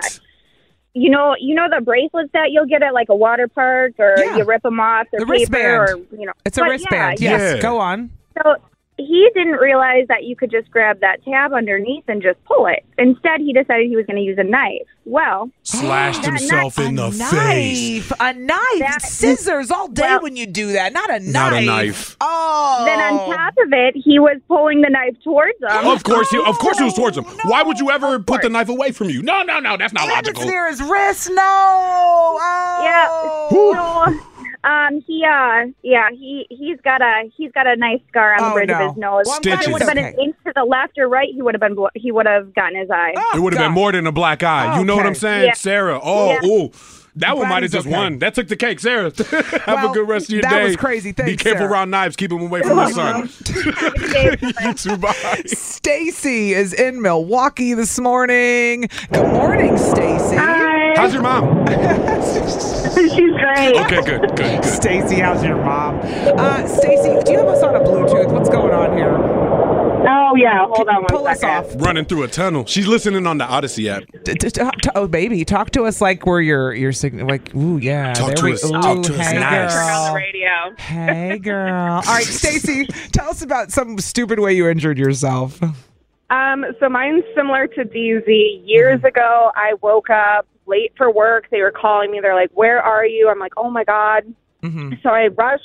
Speaker 8: you know, you know the bracelets that you'll get at like a water park, or
Speaker 3: Yeah.
Speaker 8: you rip them off, they're
Speaker 3: The
Speaker 8: paper,
Speaker 3: wristband.
Speaker 8: or you know,
Speaker 3: It's a
Speaker 8: But yeah,
Speaker 3: wristband.
Speaker 8: yeah.
Speaker 3: Yes.
Speaker 9: Yeah.
Speaker 3: Go on.
Speaker 8: So he didn't realize that you could just grab that tab underneath and just pull it. Instead, he decided he was going to use a knife. Well,
Speaker 4: Slashed
Speaker 8: That
Speaker 4: himself in the face.
Speaker 10: knife, a knife,
Speaker 8: That-
Speaker 10: scissors all day
Speaker 8: Well-
Speaker 10: when you do that. Not a knife.
Speaker 4: Not a knife.
Speaker 10: Oh.
Speaker 8: then on top of it, he was pulling the knife towards him.
Speaker 4: Of course, he, of course, he was towards him.
Speaker 10: No,
Speaker 4: Why would you ever put the
Speaker 8: course.
Speaker 4: knife away from you? No, no, no, that's not
Speaker 10: and it's
Speaker 4: logical.
Speaker 10: near his wrist. No. Oh.
Speaker 8: Yeah. So, um, he, uh, yeah, he, he's got a, he's got a nice scar on
Speaker 3: Oh,
Speaker 8: the bridge
Speaker 3: no.
Speaker 8: of his nose.
Speaker 3: Well, I'm
Speaker 4: glad it
Speaker 8: If it would have been an
Speaker 3: okay.
Speaker 8: inch to the left or right, he would have been, blo- he would have gotten his eye.
Speaker 3: Oh,
Speaker 4: It would have
Speaker 3: God.
Speaker 4: been more than a black eye. You know what I'm
Speaker 3: Okay.
Speaker 4: saying,
Speaker 8: Yeah.
Speaker 4: Sarah? Oh,
Speaker 8: Yeah.
Speaker 4: ooh. That one
Speaker 3: glad
Speaker 4: might have
Speaker 3: he's
Speaker 4: just
Speaker 3: okay.
Speaker 4: won. That took the cake, Sarah. Have
Speaker 3: Well,
Speaker 4: a good rest of your day.
Speaker 3: that was crazy.
Speaker 4: Be
Speaker 3: Thanks,
Speaker 4: careful
Speaker 3: Sarah.
Speaker 4: around knives. Keep them away from my son. you too. Bye.
Speaker 10: Stacy is in Milwaukee this morning. Good morning, Stacy.
Speaker 4: How's your mom?
Speaker 8: She's great.
Speaker 4: Okay, good, good, good.
Speaker 3: Stacy, how's your mom? Uh, Stacy, do you have us on a Bluetooth? What's going on here?
Speaker 8: Oh yeah, hold on one
Speaker 3: Pull us
Speaker 8: second.
Speaker 3: off.
Speaker 4: Running through a tunnel. She's listening on the Odyssey app.
Speaker 3: D- d- t- t- oh, baby, talk to us like we're your your sign- like. Ooh, yeah.
Speaker 4: Talk
Speaker 3: there
Speaker 4: to
Speaker 3: we-
Speaker 4: us.
Speaker 3: Ooh,
Speaker 4: Talk to us
Speaker 3: Hey,
Speaker 4: nice.
Speaker 3: girl.
Speaker 4: Turn on
Speaker 8: radio.
Speaker 3: Hey, girl. All right, Stacy, tell us about some stupid way you injured yourself.
Speaker 5: Um, so mine's similar to DZ. Years ago, I woke up late for work. They were calling me. They're like, "Where are you?" I'm like, "Oh my god!" So I rush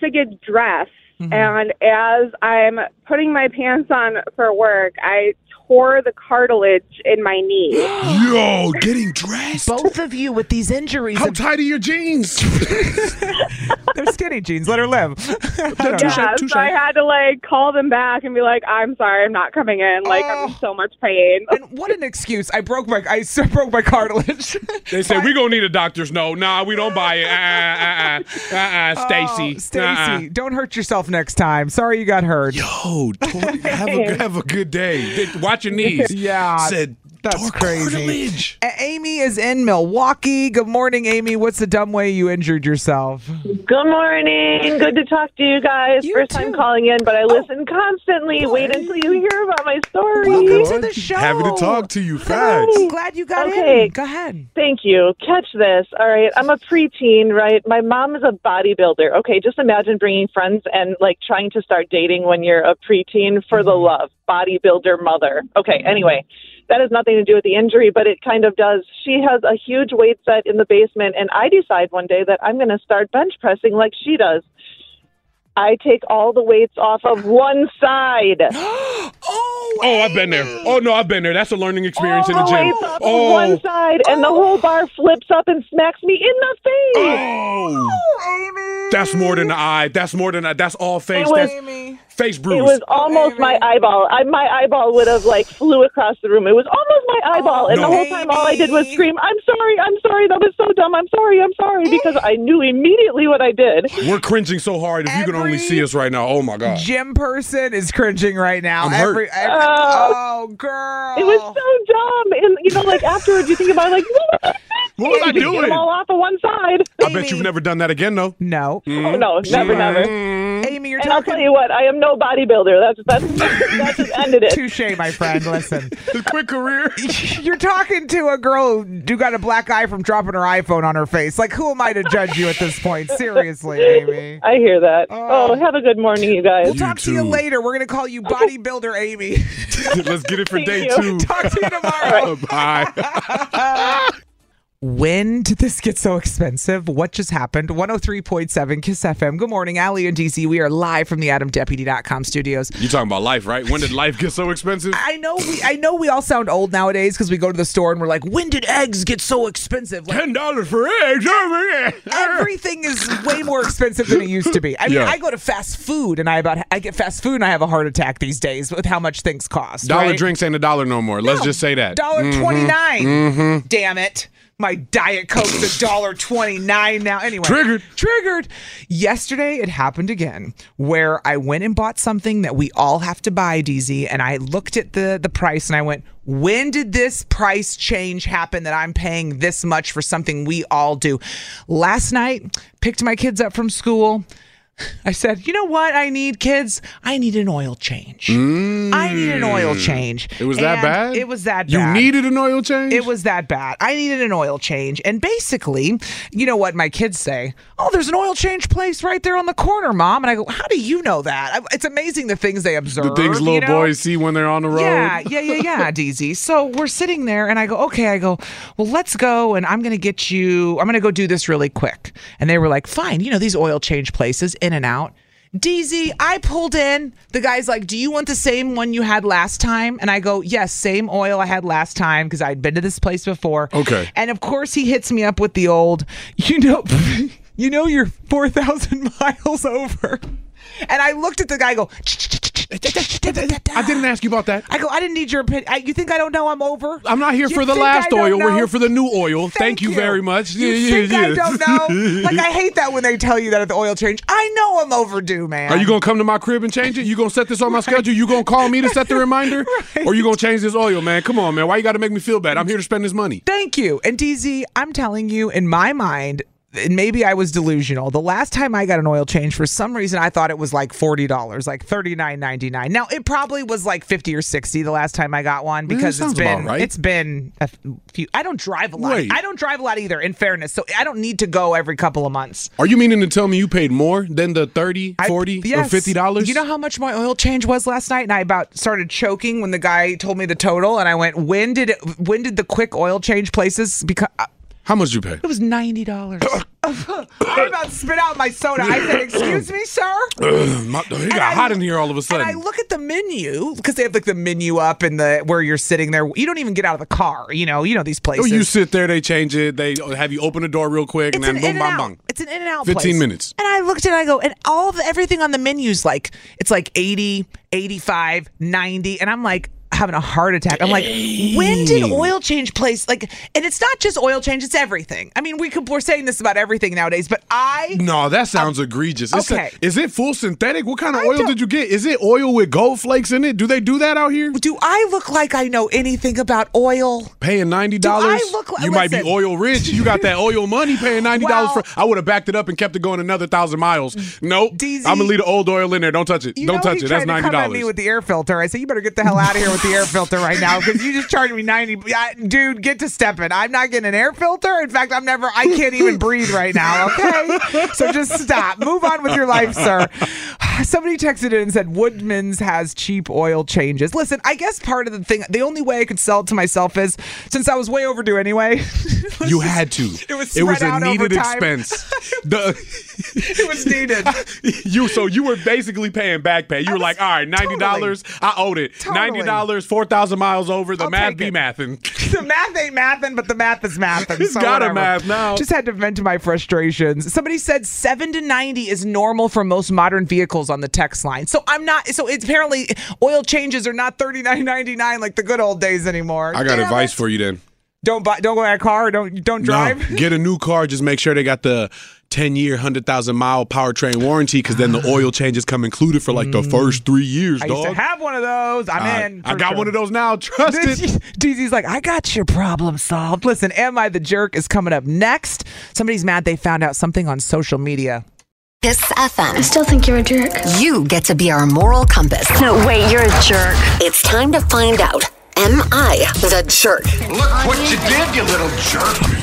Speaker 5: to get dressed, and as I'm putting my pants on for work, I tore the cartilage in my knee.
Speaker 4: Yo, getting dressed.
Speaker 10: Both of you with these injuries.
Speaker 4: How tight are your jeans?
Speaker 3: They're skinny jeans. Let her live. I don't know.
Speaker 5: yeah, so I had to like call them back and be like, "I'm sorry, I'm not coming in. Like, I'm in so much pain."
Speaker 3: And what an excuse! I broke my I s- broke my cartilage.
Speaker 4: They say we gonna need a doctor's note. Nah, we don't buy it. Uh, uh, uh, uh, uh, Stacy.
Speaker 3: Oh,
Speaker 4: Uh-uh.
Speaker 3: Stacy, don't hurt yourself next time. Sorry you got hurt.
Speaker 4: Oh, have a have a good day. Watch your knees.
Speaker 3: Yeah,
Speaker 4: said
Speaker 3: that's
Speaker 4: "Tore
Speaker 3: crazy."
Speaker 4: cartilage."
Speaker 3: A- Amy is in Milwaukee. Good morning, Amy. What's the dumb way you injured yourself?
Speaker 5: Good morning. Good to talk to you guys.
Speaker 10: You
Speaker 5: First
Speaker 10: too.
Speaker 5: time calling in, but I listen constantly. Wait until you hear about my story.
Speaker 10: Welcome to the show.
Speaker 4: Happy to talk to you. Facts.
Speaker 10: I'm glad you got
Speaker 5: Okay.
Speaker 10: in. Go ahead.
Speaker 5: Thank you. Catch this. All right. I'm a preteen, right? My mom is a bodybuilder. Okay. Just imagine bringing friends and like trying to start dating when you're a preteen for the
Speaker 10: Mm-hmm.
Speaker 5: love. Bodybuilder mother. Okay. Anyway, that has nothing to do with the injury, but it kind of does. She has a huge weight set in the basement, and I decide one day that I'm going to start bench pressing like she does. I take all the weights off of one side.
Speaker 4: Oh, I've been there. Oh no, I've been there. That's a learning experience in the
Speaker 5: all the
Speaker 4: gym.
Speaker 5: weights off
Speaker 4: oh,
Speaker 5: of one side, and the whole bar flips up and smacks me in the face.
Speaker 4: oh, that's more than an eye. That's more than a, that's all face.
Speaker 5: was-
Speaker 4: that's face bruise.
Speaker 5: It was almost my eyeball. I, my eyeball would have like flew across the room. It was almost
Speaker 3: Oh,
Speaker 5: my eyeball, and the
Speaker 4: no.
Speaker 5: whole time all I did was scream, "I'm sorry, I'm sorry, that was so dumb. I'm sorry, I'm sorry," because I knew immediately what I did.
Speaker 4: We're cringing so hard. If you can only
Speaker 3: Every-
Speaker 4: see us right now. Oh my god.
Speaker 3: Gym person is cringing right now.
Speaker 4: I'm hurt.
Speaker 3: every-
Speaker 5: Oh.
Speaker 3: oh, girl.
Speaker 5: It was so dumb, and you know, like afterwards, you think about it, like, "What was I
Speaker 4: What was I
Speaker 5: thinking?" Get
Speaker 4: doing?
Speaker 5: them all off of one side.
Speaker 4: I bet you've never done that again though. Mm-hmm.
Speaker 3: no.
Speaker 5: Oh no, never, never.
Speaker 4: Mm.
Speaker 3: Amy, you're
Speaker 5: And I'll tell
Speaker 3: talking
Speaker 5: you what, I am no bodybuilder. That's that's that just ended it.
Speaker 3: touche, my friend. Listen.
Speaker 4: Quick career.
Speaker 3: You're talking to a girl who got a black eye from dropping her iPhone on her face. Like, who am I to judge you at this point? Seriously, Amy.
Speaker 5: I hear that. Oh, have a good morning, you guys.
Speaker 3: We'll talk to you
Speaker 4: too.
Speaker 3: later. We're going to call you bodybuilder Amy.
Speaker 4: Let's get it for
Speaker 5: Thank
Speaker 4: day
Speaker 5: you.
Speaker 4: two.
Speaker 3: talk to you tomorrow.
Speaker 4: Bye.
Speaker 3: When did this get so expensive? What just happened? 103.7 Kiss FM. Good morning, Allie and DZ. We are live from the AdamDeputy.com studios.
Speaker 11: You talking about life, right? When did life get so expensive?
Speaker 3: I know we I know we all sound old nowadays because we go to the store and we're like, when did eggs get so expensive? Like,
Speaker 11: Ten dollars for eggs. oh
Speaker 3: Everything is way more expensive than it used to be. I mean,
Speaker 11: Yeah.
Speaker 3: I go to fast food and I about I get fast food and I have a heart attack these days with how much things cost.
Speaker 4: Dollar
Speaker 3: right?
Speaker 4: drinks ain't a dollar no more. Let's just say that.
Speaker 3: dollar
Speaker 4: Mhm.
Speaker 3: twenty nine.
Speaker 4: Mhm.
Speaker 3: Damn it. My Diet Coke's a dollar twenty nine now. Anyway,
Speaker 4: Triggered.
Speaker 3: Triggered. Yesterday it happened again, where I went and bought something that we all have to buy, DZ, and I looked at the the price and I went, when did this price change happen that I'm paying this much for something we all do? Last night, picked my kids up from school. I said, you know what I need, kids? I need an oil change.
Speaker 4: Mm.
Speaker 3: I need an oil change.
Speaker 4: It was that
Speaker 3: And
Speaker 4: bad?
Speaker 3: It was that
Speaker 4: You
Speaker 3: bad.
Speaker 4: needed an oil change?
Speaker 3: It was that bad. I needed an oil change. And basically, you know what my kids say? Oh, there's an oil change place right there on the corner, mom. And I go, how do you know that? I- It's amazing the things they observe.
Speaker 4: The things
Speaker 3: you
Speaker 4: little
Speaker 3: know?
Speaker 4: boys see when they're on the road.
Speaker 3: Yeah, yeah, yeah, yeah, DZ. So we're sitting there and I go, okay, I go, well, let's go and I'm going to get you, I'm going to go do this really quick. And they were like, fine, you know, these oil change places, in and out. DZ, I pulled in. The guy's like, do you want the same one you had last time? And I go, yes, same oil I had last time because I'd been to this place before.
Speaker 4: Okay.
Speaker 3: And of course, he hits me up with the old, you know, you know, you're 4,000 miles over. And I looked at the guy, I go,
Speaker 4: I didn't ask you about that.
Speaker 3: I go, I didn't need your opinion. I, you think I don't know I'm over?
Speaker 4: I'm not here
Speaker 3: You
Speaker 4: for the
Speaker 3: think
Speaker 4: last
Speaker 3: I don't
Speaker 4: oil. We're
Speaker 3: know?
Speaker 4: here for the new oil. Thank,
Speaker 3: Thank
Speaker 4: you, very much.
Speaker 3: You
Speaker 4: Yeah,
Speaker 3: think
Speaker 4: yeah,
Speaker 3: I
Speaker 4: yeah.
Speaker 3: don't know? like, I hate that when they tell you that at the oil change. I know I'm overdue, man.
Speaker 4: Are you gonna come to my crib and change it? You gonna set this on my schedule? You gonna call me to set the reminder? Or you gonna change this oil, man? Come on, man. Why you gotta make me feel bad? I'm here to spend this money.
Speaker 3: Thank you. And DZ, I'm telling you, in my mind, and maybe I was delusional. The last time I got an oil change, for some reason, I thought it was like forty dollars, like thirty nine ninety nine. Now it probably was like fifty or sixty the last time I got one
Speaker 4: that
Speaker 3: because it's
Speaker 4: sounds about
Speaker 3: been
Speaker 4: right.
Speaker 3: it's been a few. I don't drive a lot.
Speaker 4: Wait.
Speaker 3: I don't drive a lot either. In fairness, so I don't need to go every couple of months.
Speaker 4: Are you meaning to tell me you paid more than the 30,
Speaker 3: I-
Speaker 4: 40, or
Speaker 3: yes.
Speaker 4: fifty dollars?
Speaker 3: You know how much my oil change was last night, and I about started choking when the guy told me the total, and I went, "When did it, when did the quick oil change places become?" uh,
Speaker 4: How much you pay?
Speaker 3: It was ninety dollars. I about spit out my soda. I said, "Excuse me, sir."
Speaker 4: My- it got
Speaker 3: I-
Speaker 4: hot in here all of a
Speaker 3: And
Speaker 4: sudden.
Speaker 3: I look at the menu because they have like the menu up and the where you're sitting there. You don't even get out of the car. You know, you know these
Speaker 4: Oh,
Speaker 3: places.
Speaker 4: you sit there, they change it, they have you open the door real quick, and
Speaker 3: It's
Speaker 4: then
Speaker 3: an
Speaker 4: boom,
Speaker 3: in
Speaker 4: bam,
Speaker 3: and out.
Speaker 4: bang.
Speaker 3: It's an in and out.
Speaker 4: 15
Speaker 3: place.
Speaker 4: minutes.
Speaker 3: And I looked at it, I go, and all the everything on the menu's like it's like 80, 85, 90. And I'm like having a heart attack. I'm like, when did oil change place like and it's not just oil change, it's everything. I mean, we could we're saying this about everything nowadays, but I
Speaker 4: No, that sounds egregious. It's a-
Speaker 3: okay.
Speaker 4: is it full synthetic? What kind of
Speaker 3: I
Speaker 4: oil
Speaker 3: don't-
Speaker 4: did you get? Is it oil with gold flakes in it? Do they do that out here?
Speaker 3: do I look like I know anything about oil?
Speaker 4: Paying ninety
Speaker 3: I
Speaker 4: dollars,
Speaker 3: look like-
Speaker 4: you might be
Speaker 3: listen.
Speaker 4: oil rich. You got that oil money. Paying ninety dollars
Speaker 3: Well-
Speaker 4: for, I would have backed it up and kept it going another thousand miles. Nope,
Speaker 3: DZ
Speaker 4: I'm gonna leave the old oil in there. Don't touch it.
Speaker 3: You
Speaker 4: Don't
Speaker 3: know,
Speaker 4: touch
Speaker 3: he
Speaker 4: it. That's
Speaker 3: tried to
Speaker 4: ninety
Speaker 3: come at me
Speaker 4: dollars.
Speaker 3: with the air filter. I said, "You better get the hell out of here with the air filter right now, because you just charged me ninety, Yeah, dude. Get to stepping. I'm not getting an air filter. In fact, I'm never. I can't even breathe right now. Okay, so just stop. Move on with your life, sir." Somebody texted in and said, "Woodman's has cheap oil changes." Listen, I guess part of the thing, the only way I could sell it to myself is since I was way overdue anyway.
Speaker 4: You had to.
Speaker 3: It was
Speaker 4: a
Speaker 3: spread out over
Speaker 4: needed
Speaker 3: time.
Speaker 4: expense. the
Speaker 3: it was needed.
Speaker 4: you so you were basically paying back pay. You were
Speaker 3: was-
Speaker 4: like, all right, ninety dollars. I owed it.
Speaker 3: Totally.
Speaker 4: Ninety dollars, four thousand miles over. The
Speaker 3: I'll
Speaker 4: math
Speaker 3: take
Speaker 4: be
Speaker 3: it.
Speaker 4: mathing.
Speaker 3: the math ain't mathing, but the math is mathing.
Speaker 4: It's
Speaker 3: so
Speaker 4: gotta
Speaker 3: whatever.
Speaker 4: math now.
Speaker 3: Just had to vent my frustrations. Somebody said seven to ninety is normal for most modern vehicles on the text line. So I'm not. So it's apparently oil changes are not thirty nine ninety nine like the good old days anymore.
Speaker 4: I got
Speaker 3: Damn
Speaker 4: advice
Speaker 3: it.
Speaker 4: for you then.
Speaker 3: Don't buy. Don't go in a car. Don't don't
Speaker 4: No,
Speaker 3: drive.
Speaker 4: get a new car. Just make sure they got the 10 year, 100,000 mile powertrain warranty because then the oil changes come included for like the first three years,
Speaker 3: Mm. I used
Speaker 4: dog.
Speaker 3: to have one of those. I'm in.
Speaker 4: I
Speaker 3: for
Speaker 4: got
Speaker 3: sure.
Speaker 4: one of those now. Trust it.
Speaker 3: DZ's like, I got your problem solved. Listen, Am I the Jerk is coming up next. Somebody's mad they found out something on social media.
Speaker 1: Kiss
Speaker 2: I
Speaker 1: FM.
Speaker 2: still think you're a jerk.
Speaker 1: You get to be our moral compass.
Speaker 2: No, wait, you're a jerk.
Speaker 1: It's time to find out. Am I the jerk?
Speaker 12: Look what you did, you little jerk.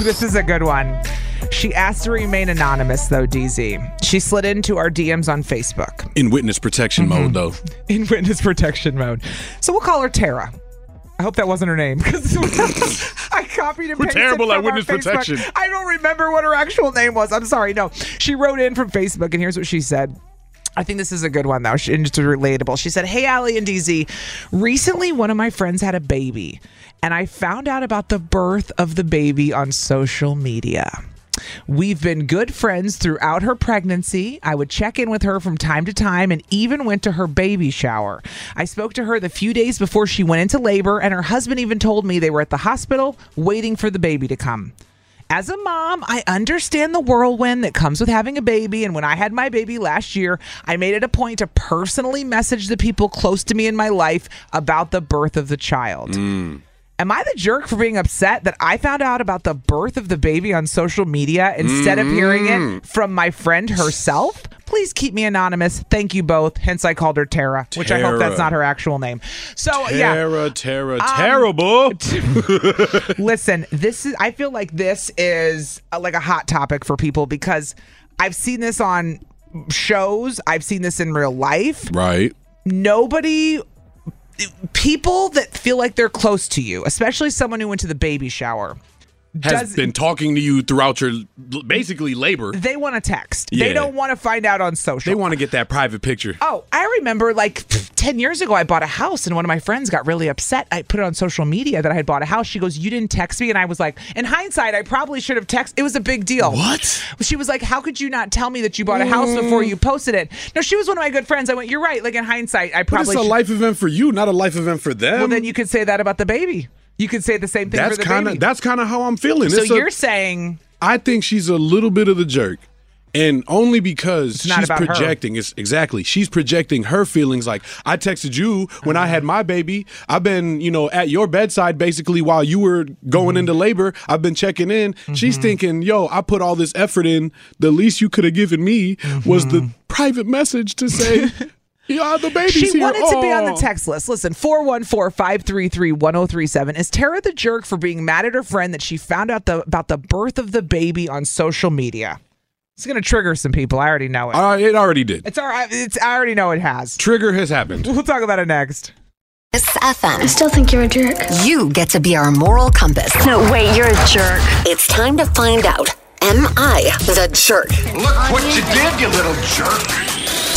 Speaker 3: This is a good one. She asked to remain anonymous, though, DZ. She slid into our DMs on Facebook
Speaker 4: In witness protection
Speaker 3: Mm-hmm.
Speaker 4: mode, though.
Speaker 3: in witness protection mode. So we'll call her Tara. I hope that wasn't her name because I copied and
Speaker 11: We're
Speaker 3: pasted
Speaker 11: terrible at
Speaker 3: from our
Speaker 11: witness
Speaker 3: Facebook.
Speaker 11: protection.
Speaker 3: I don't remember what her actual name was. I'm sorry. No, she wrote in from Facebook, and here's what she said. I think this is a good one though, She- and it's relatable. She said, "Hey, Allie and DZ, recently one of my friends had a baby, and I found out about the birth of the baby on social media." We've been good friends throughout her pregnancy. I would check in with her from time to time and even went to her baby shower. I spoke to her the few days before she went into labor, and her husband even told me they were at the hospital waiting for the baby to come. As a mom, I understand the whirlwind that comes with having a baby. And when I had my baby last year, I made it a point to personally message the people close to me in my life about the birth of the child. Am I the jerk for being upset that I found out about the birth of the baby on social media instead of hearing it from my friend herself? Please keep me anonymous. Thank you both. Hence, I called her Tara, which I hope that's
Speaker 4: Tara.
Speaker 3: not her actual name. So, yeah.
Speaker 4: Terra, Terra,
Speaker 3: Um,
Speaker 4: terrible.
Speaker 3: Listen, this is. I feel like this is uh like a hot topic for people because I've seen this on shows. I've seen this in real life.
Speaker 4: Right.
Speaker 3: Nobody. People that feel like they're close to you, especially someone who went to the baby shower,
Speaker 4: Has
Speaker 3: does-
Speaker 4: been talking to you throughout your l- basically labor.
Speaker 3: they want to text.
Speaker 4: Yeah.
Speaker 3: They don't want to find out on social.
Speaker 4: They want to get that private picture.
Speaker 3: Oh, I remember like 10 years ago, I bought a house and one of my friends got really upset. I put it on social media that I had bought a house. She goes, You didn't text me. And I was like, In hindsight, I probably should have texted. It was a big deal.
Speaker 4: What?
Speaker 3: She was like, How could you not tell me that you bought a house before you posted it? No, she was one of my good friends. I went, You're right. Like in hindsight, I
Speaker 4: But it's
Speaker 3: probably
Speaker 4: a
Speaker 3: should.
Speaker 4: life event for you, not a life event for them.
Speaker 3: well, then you could say that about the baby. You could say the same thing
Speaker 4: that's
Speaker 3: for the
Speaker 4: kind
Speaker 3: baby.
Speaker 4: of that's kind of how I'm feeling.
Speaker 3: so
Speaker 4: It's a-
Speaker 3: you're saying
Speaker 4: I think she's a little bit of the jerk. And only because
Speaker 3: not
Speaker 4: she's
Speaker 3: about her.
Speaker 4: projecting, it's exactly. She's projecting her feelings. Like I texted you when I had my baby. I've been, you know, at your bedside basically while you were
Speaker 3: Mm-hmm.
Speaker 4: going into labor. I've been checking in. She's thinking, "Yo, I put all this effort in. The least you could have given me was the private message to say, yeah, the baby's
Speaker 3: Mm-hmm. She
Speaker 4: here."
Speaker 3: wanted to be on the
Speaker 4: Aw.
Speaker 3: text list. Listen, 414-533-1037. Is Tara the jerk for being mad at her friend that she found out the, about the birth of the baby on social media? It's going to trigger some people. I already know it.
Speaker 4: All right, Uh, it already did.
Speaker 3: it's all right. It's I already know it has.
Speaker 4: Trigger has happened.
Speaker 3: We'll talk about it next.
Speaker 1: Miss FM.
Speaker 2: I still think you're a jerk.
Speaker 1: You get to be our moral compass.
Speaker 2: No, wait, you're a jerk.
Speaker 1: It's time to find out. Am I the jerk?
Speaker 12: Look what you did, you little jerk.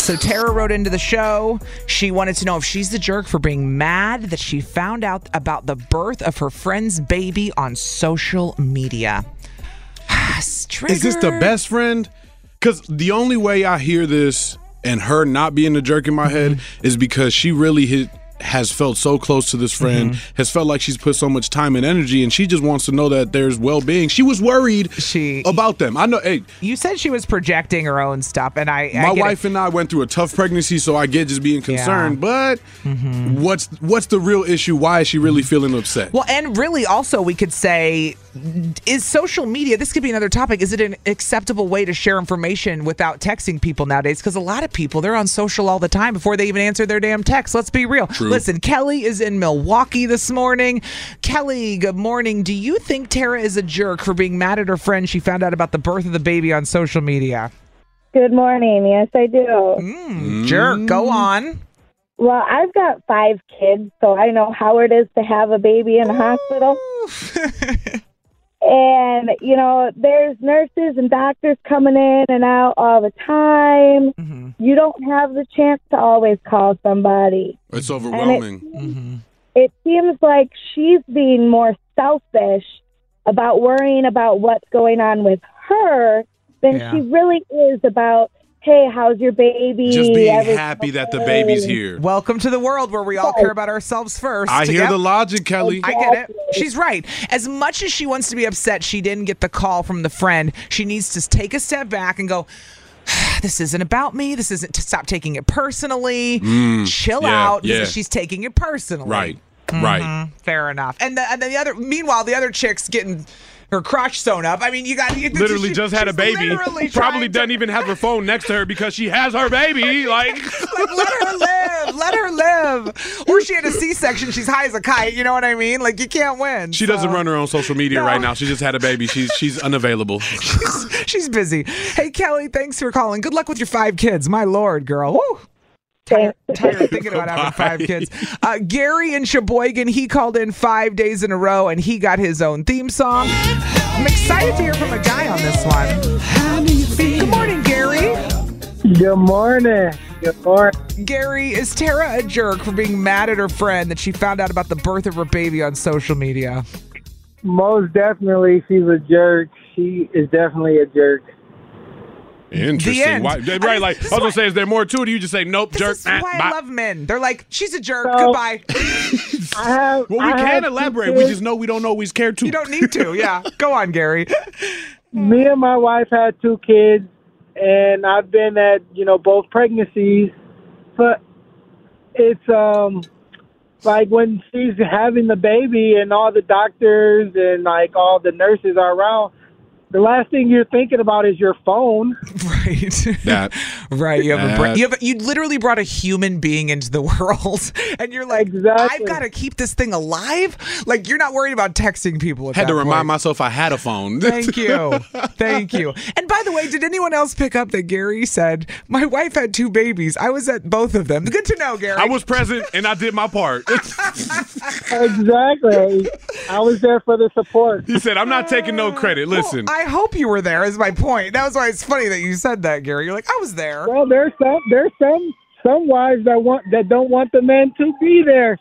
Speaker 3: So Tara wrote into the show. She wanted to know if she's the jerk for being mad that she found out about the birth of her friend's baby on social media.
Speaker 4: Is this the best friend? Because the only way I hear this and her not being a jerk in my head
Speaker 3: Mm-hmm.
Speaker 4: is because she really hit, has felt so close to this friend,
Speaker 3: Mm-hmm.
Speaker 4: has felt like she's put so much time and energy, and she just wants to know that there's well being. She was worried
Speaker 3: She-
Speaker 4: about them. I know. Hey,
Speaker 3: You said she was projecting her own stuff, and I. I
Speaker 4: my
Speaker 3: get it.
Speaker 4: wife and I went through a tough pregnancy, so I get just being concerned. But
Speaker 3: Mm-hmm.
Speaker 4: what's what's the real issue? Why is she really feeling upset?
Speaker 3: Well, and really, also, we could say, is social media, this could be another topic, is it an acceptable way to share information without texting people nowadays? Because a lot of people, they're on social all the time before they even answer their damn text. Let's be real. Listen, Kelly is in Milwaukee this morning. Kelly, good morning. Do you think Tara is a jerk for being mad at her friend she found out about the birth of the baby on social media?
Speaker 13: Good morning. Yes, I do.
Speaker 3: Mm,
Speaker 4: Mm.
Speaker 3: Jerk, go on.
Speaker 13: Well, I've got five kids, so I know how it is to have a baby in a hospital. and, you know, there's nurses and doctors coming in and out all the time.
Speaker 3: Mm-hmm.
Speaker 13: You don't have the chance to always call somebody.
Speaker 4: it's overwhelming.
Speaker 13: It seems like she's being more selfish about worrying about what's going on with her than
Speaker 4: Yeah.
Speaker 13: she really is about, hey, how's your baby?
Speaker 4: Just being
Speaker 13: Everything
Speaker 4: happy that the baby's
Speaker 13: okay?
Speaker 4: here.
Speaker 3: Welcome to the world where we all care about ourselves first.
Speaker 4: I hear
Speaker 3: Yep.
Speaker 4: the logic, Kelly.
Speaker 3: I get it. She's right. As much as she wants to be upset she didn't get the call from the friend, she needs to take a step back and go, this isn't about me. This isn't to stop taking it personally. Chill
Speaker 4: Mm, yeah,
Speaker 3: out.
Speaker 4: yeah.
Speaker 3: She's taking it personally. Mm-hmm.
Speaker 4: Right. Right.
Speaker 3: Fair enough. And the, and then the other, meanwhile, the other chick's getting her crotch sewn up. I mean, you got you,
Speaker 11: Literally
Speaker 3: she-
Speaker 11: just had a
Speaker 3: she's
Speaker 11: baby.
Speaker 3: literally
Speaker 11: Probably
Speaker 3: trying
Speaker 11: doesn't even have her phone next to her because she has her baby. Like,
Speaker 3: like let her live, let her live. Or she had a C-section. She's high as a kite. You know what I mean? Like you can't win.
Speaker 4: She doesn't run her own social media right now. She just had a baby. She's she's unavailable.
Speaker 3: She's busy. Hey, Kelly, thanks for calling. Good luck with your five kids. My lord, girl. Woo. Tired, tired of thinking about having five kids. Uh, Gary in Sheboygan, he called in five days in a row and he got his own theme song. I'm excited to hear from a guy on this one. Good morning, Gary.
Speaker 14: Good morning. Good morning.
Speaker 3: Gary, is Tara a jerk for being mad at her friend that she found out about the birth of her baby on social media?
Speaker 14: Most definitely, she's a jerk. She is definitely a jerk.
Speaker 3: The
Speaker 11: Interesting.
Speaker 3: end.
Speaker 11: Why,
Speaker 3: I
Speaker 11: right, like I was gonna say, is there more to it? Or you just say nope, jerk.
Speaker 3: This is
Speaker 11: eh,
Speaker 3: why I
Speaker 11: bye.
Speaker 3: love men. They're like, she's a jerk. Goodbye.
Speaker 14: I have.
Speaker 4: Well, we
Speaker 3: I have
Speaker 4: can
Speaker 3: two
Speaker 4: elaborate. We
Speaker 3: kids.
Speaker 4: just know we don't know we care to. You
Speaker 3: don't need to. Yeah. Go on, Gary.
Speaker 14: Me and my wife had two kids, and I've been at you know both pregnancies, but it's um like when she's having the baby and all the doctors and like all the nurses are around. The last thing you're thinking about is your phone.
Speaker 3: Right.
Speaker 4: That.
Speaker 3: right. You have a bra-
Speaker 14: That.
Speaker 3: you have a, you literally brought a human being into the world, and you're like, I've got to keep this thing alive. Like you're not worried about texting people. At
Speaker 4: Had
Speaker 3: that
Speaker 4: to remind
Speaker 3: point.
Speaker 4: myself I had a phone.
Speaker 3: Thank you. Thank you. And by the way, did anyone else pick up that Gary said, My wife had two babies. I was at both of them. Good to know, Gary.
Speaker 11: I was present and I did my part.
Speaker 14: exactly. I was there for the support.
Speaker 11: he said, "I'm not taking no credit." Listen,
Speaker 3: I hope you were there. Is my point. That was why it's funny that you said that, Gary. You're like, I was there.
Speaker 14: Well, there's some there's some some wives that want that don't want the men to be there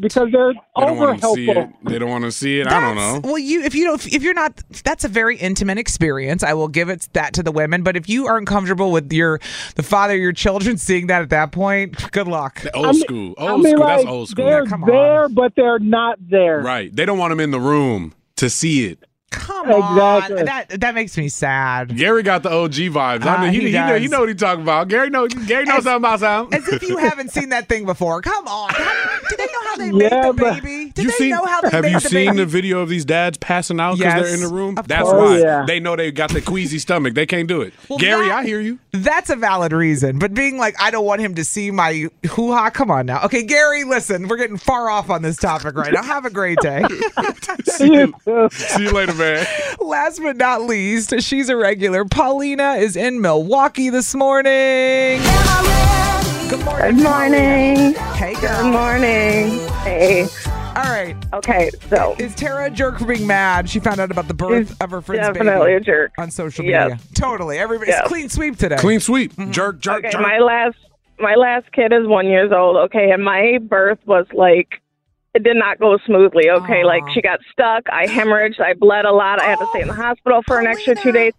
Speaker 14: because they're
Speaker 11: they don't
Speaker 14: over
Speaker 11: want to see it.
Speaker 14: helpful.
Speaker 11: They don't want to see it. I don't
Speaker 3: That's-
Speaker 11: know.
Speaker 3: Well, you if you don't if you're not that's a very intimate experience. I will give it that to the women. But if you aren't comfortable with your the father of your children seeing that at that point, good luck.
Speaker 4: Old school. Old school. That's old school.
Speaker 14: They're there, but they're not there.
Speaker 4: Right. They don't want him in the room to see it.
Speaker 3: Come on. That that makes me sad.
Speaker 4: Gary got the OG vibes.
Speaker 3: Ah,
Speaker 4: I know, he,
Speaker 3: he
Speaker 4: he know, he
Speaker 3: does.
Speaker 4: know what he talking about. Gary know. Gary knows something about something.
Speaker 3: As if you haven't seen that thing before. Come on. How- do they know how they made the baby? Do
Speaker 4: you
Speaker 3: they
Speaker 4: seen-
Speaker 3: know how they
Speaker 4: have
Speaker 3: made
Speaker 4: you
Speaker 3: the
Speaker 4: seen
Speaker 3: baby?
Speaker 4: the video of these dads passing out because
Speaker 3: Yes,
Speaker 4: they're in the room?
Speaker 3: of
Speaker 4: That's
Speaker 3: course.
Speaker 4: why
Speaker 3: Oh, yeah.
Speaker 4: they know they got the queasy stomach. They can't do it. Gary, I hear you.
Speaker 3: That's a valid reason. But being like, I don't want him to see my hoo ha, come on now. Okay, Gary, listen, we're getting far off on this topic right now. Have a great day.
Speaker 4: see, you. see you later, man.
Speaker 3: Last but not least, she's a regular. Paulina is in Milwaukee this morning. Good morning.
Speaker 15: Good morning.
Speaker 3: Hey,
Speaker 15: Good morning. Hey.
Speaker 3: All right.
Speaker 15: Okay, so.
Speaker 3: Is Tara a jerk for being mad? She found out about the birth
Speaker 15: She's
Speaker 3: of her friend's baby.
Speaker 15: definitely a jerk.
Speaker 3: On social
Speaker 15: Yep.
Speaker 3: media. Totally. Everybody's
Speaker 15: Yep.
Speaker 3: clean sweep today. Mm-hmm.
Speaker 4: Clean sweep. Jerk, jerk,
Speaker 15: Okay,
Speaker 4: jerk.
Speaker 15: my last my last kid is one years old. Okay, and my birth was like it did not go smoothly. Okay, like she got stuck. I hemorrhaged. I bled a lot. I had to stay in the hospital for an extra two days.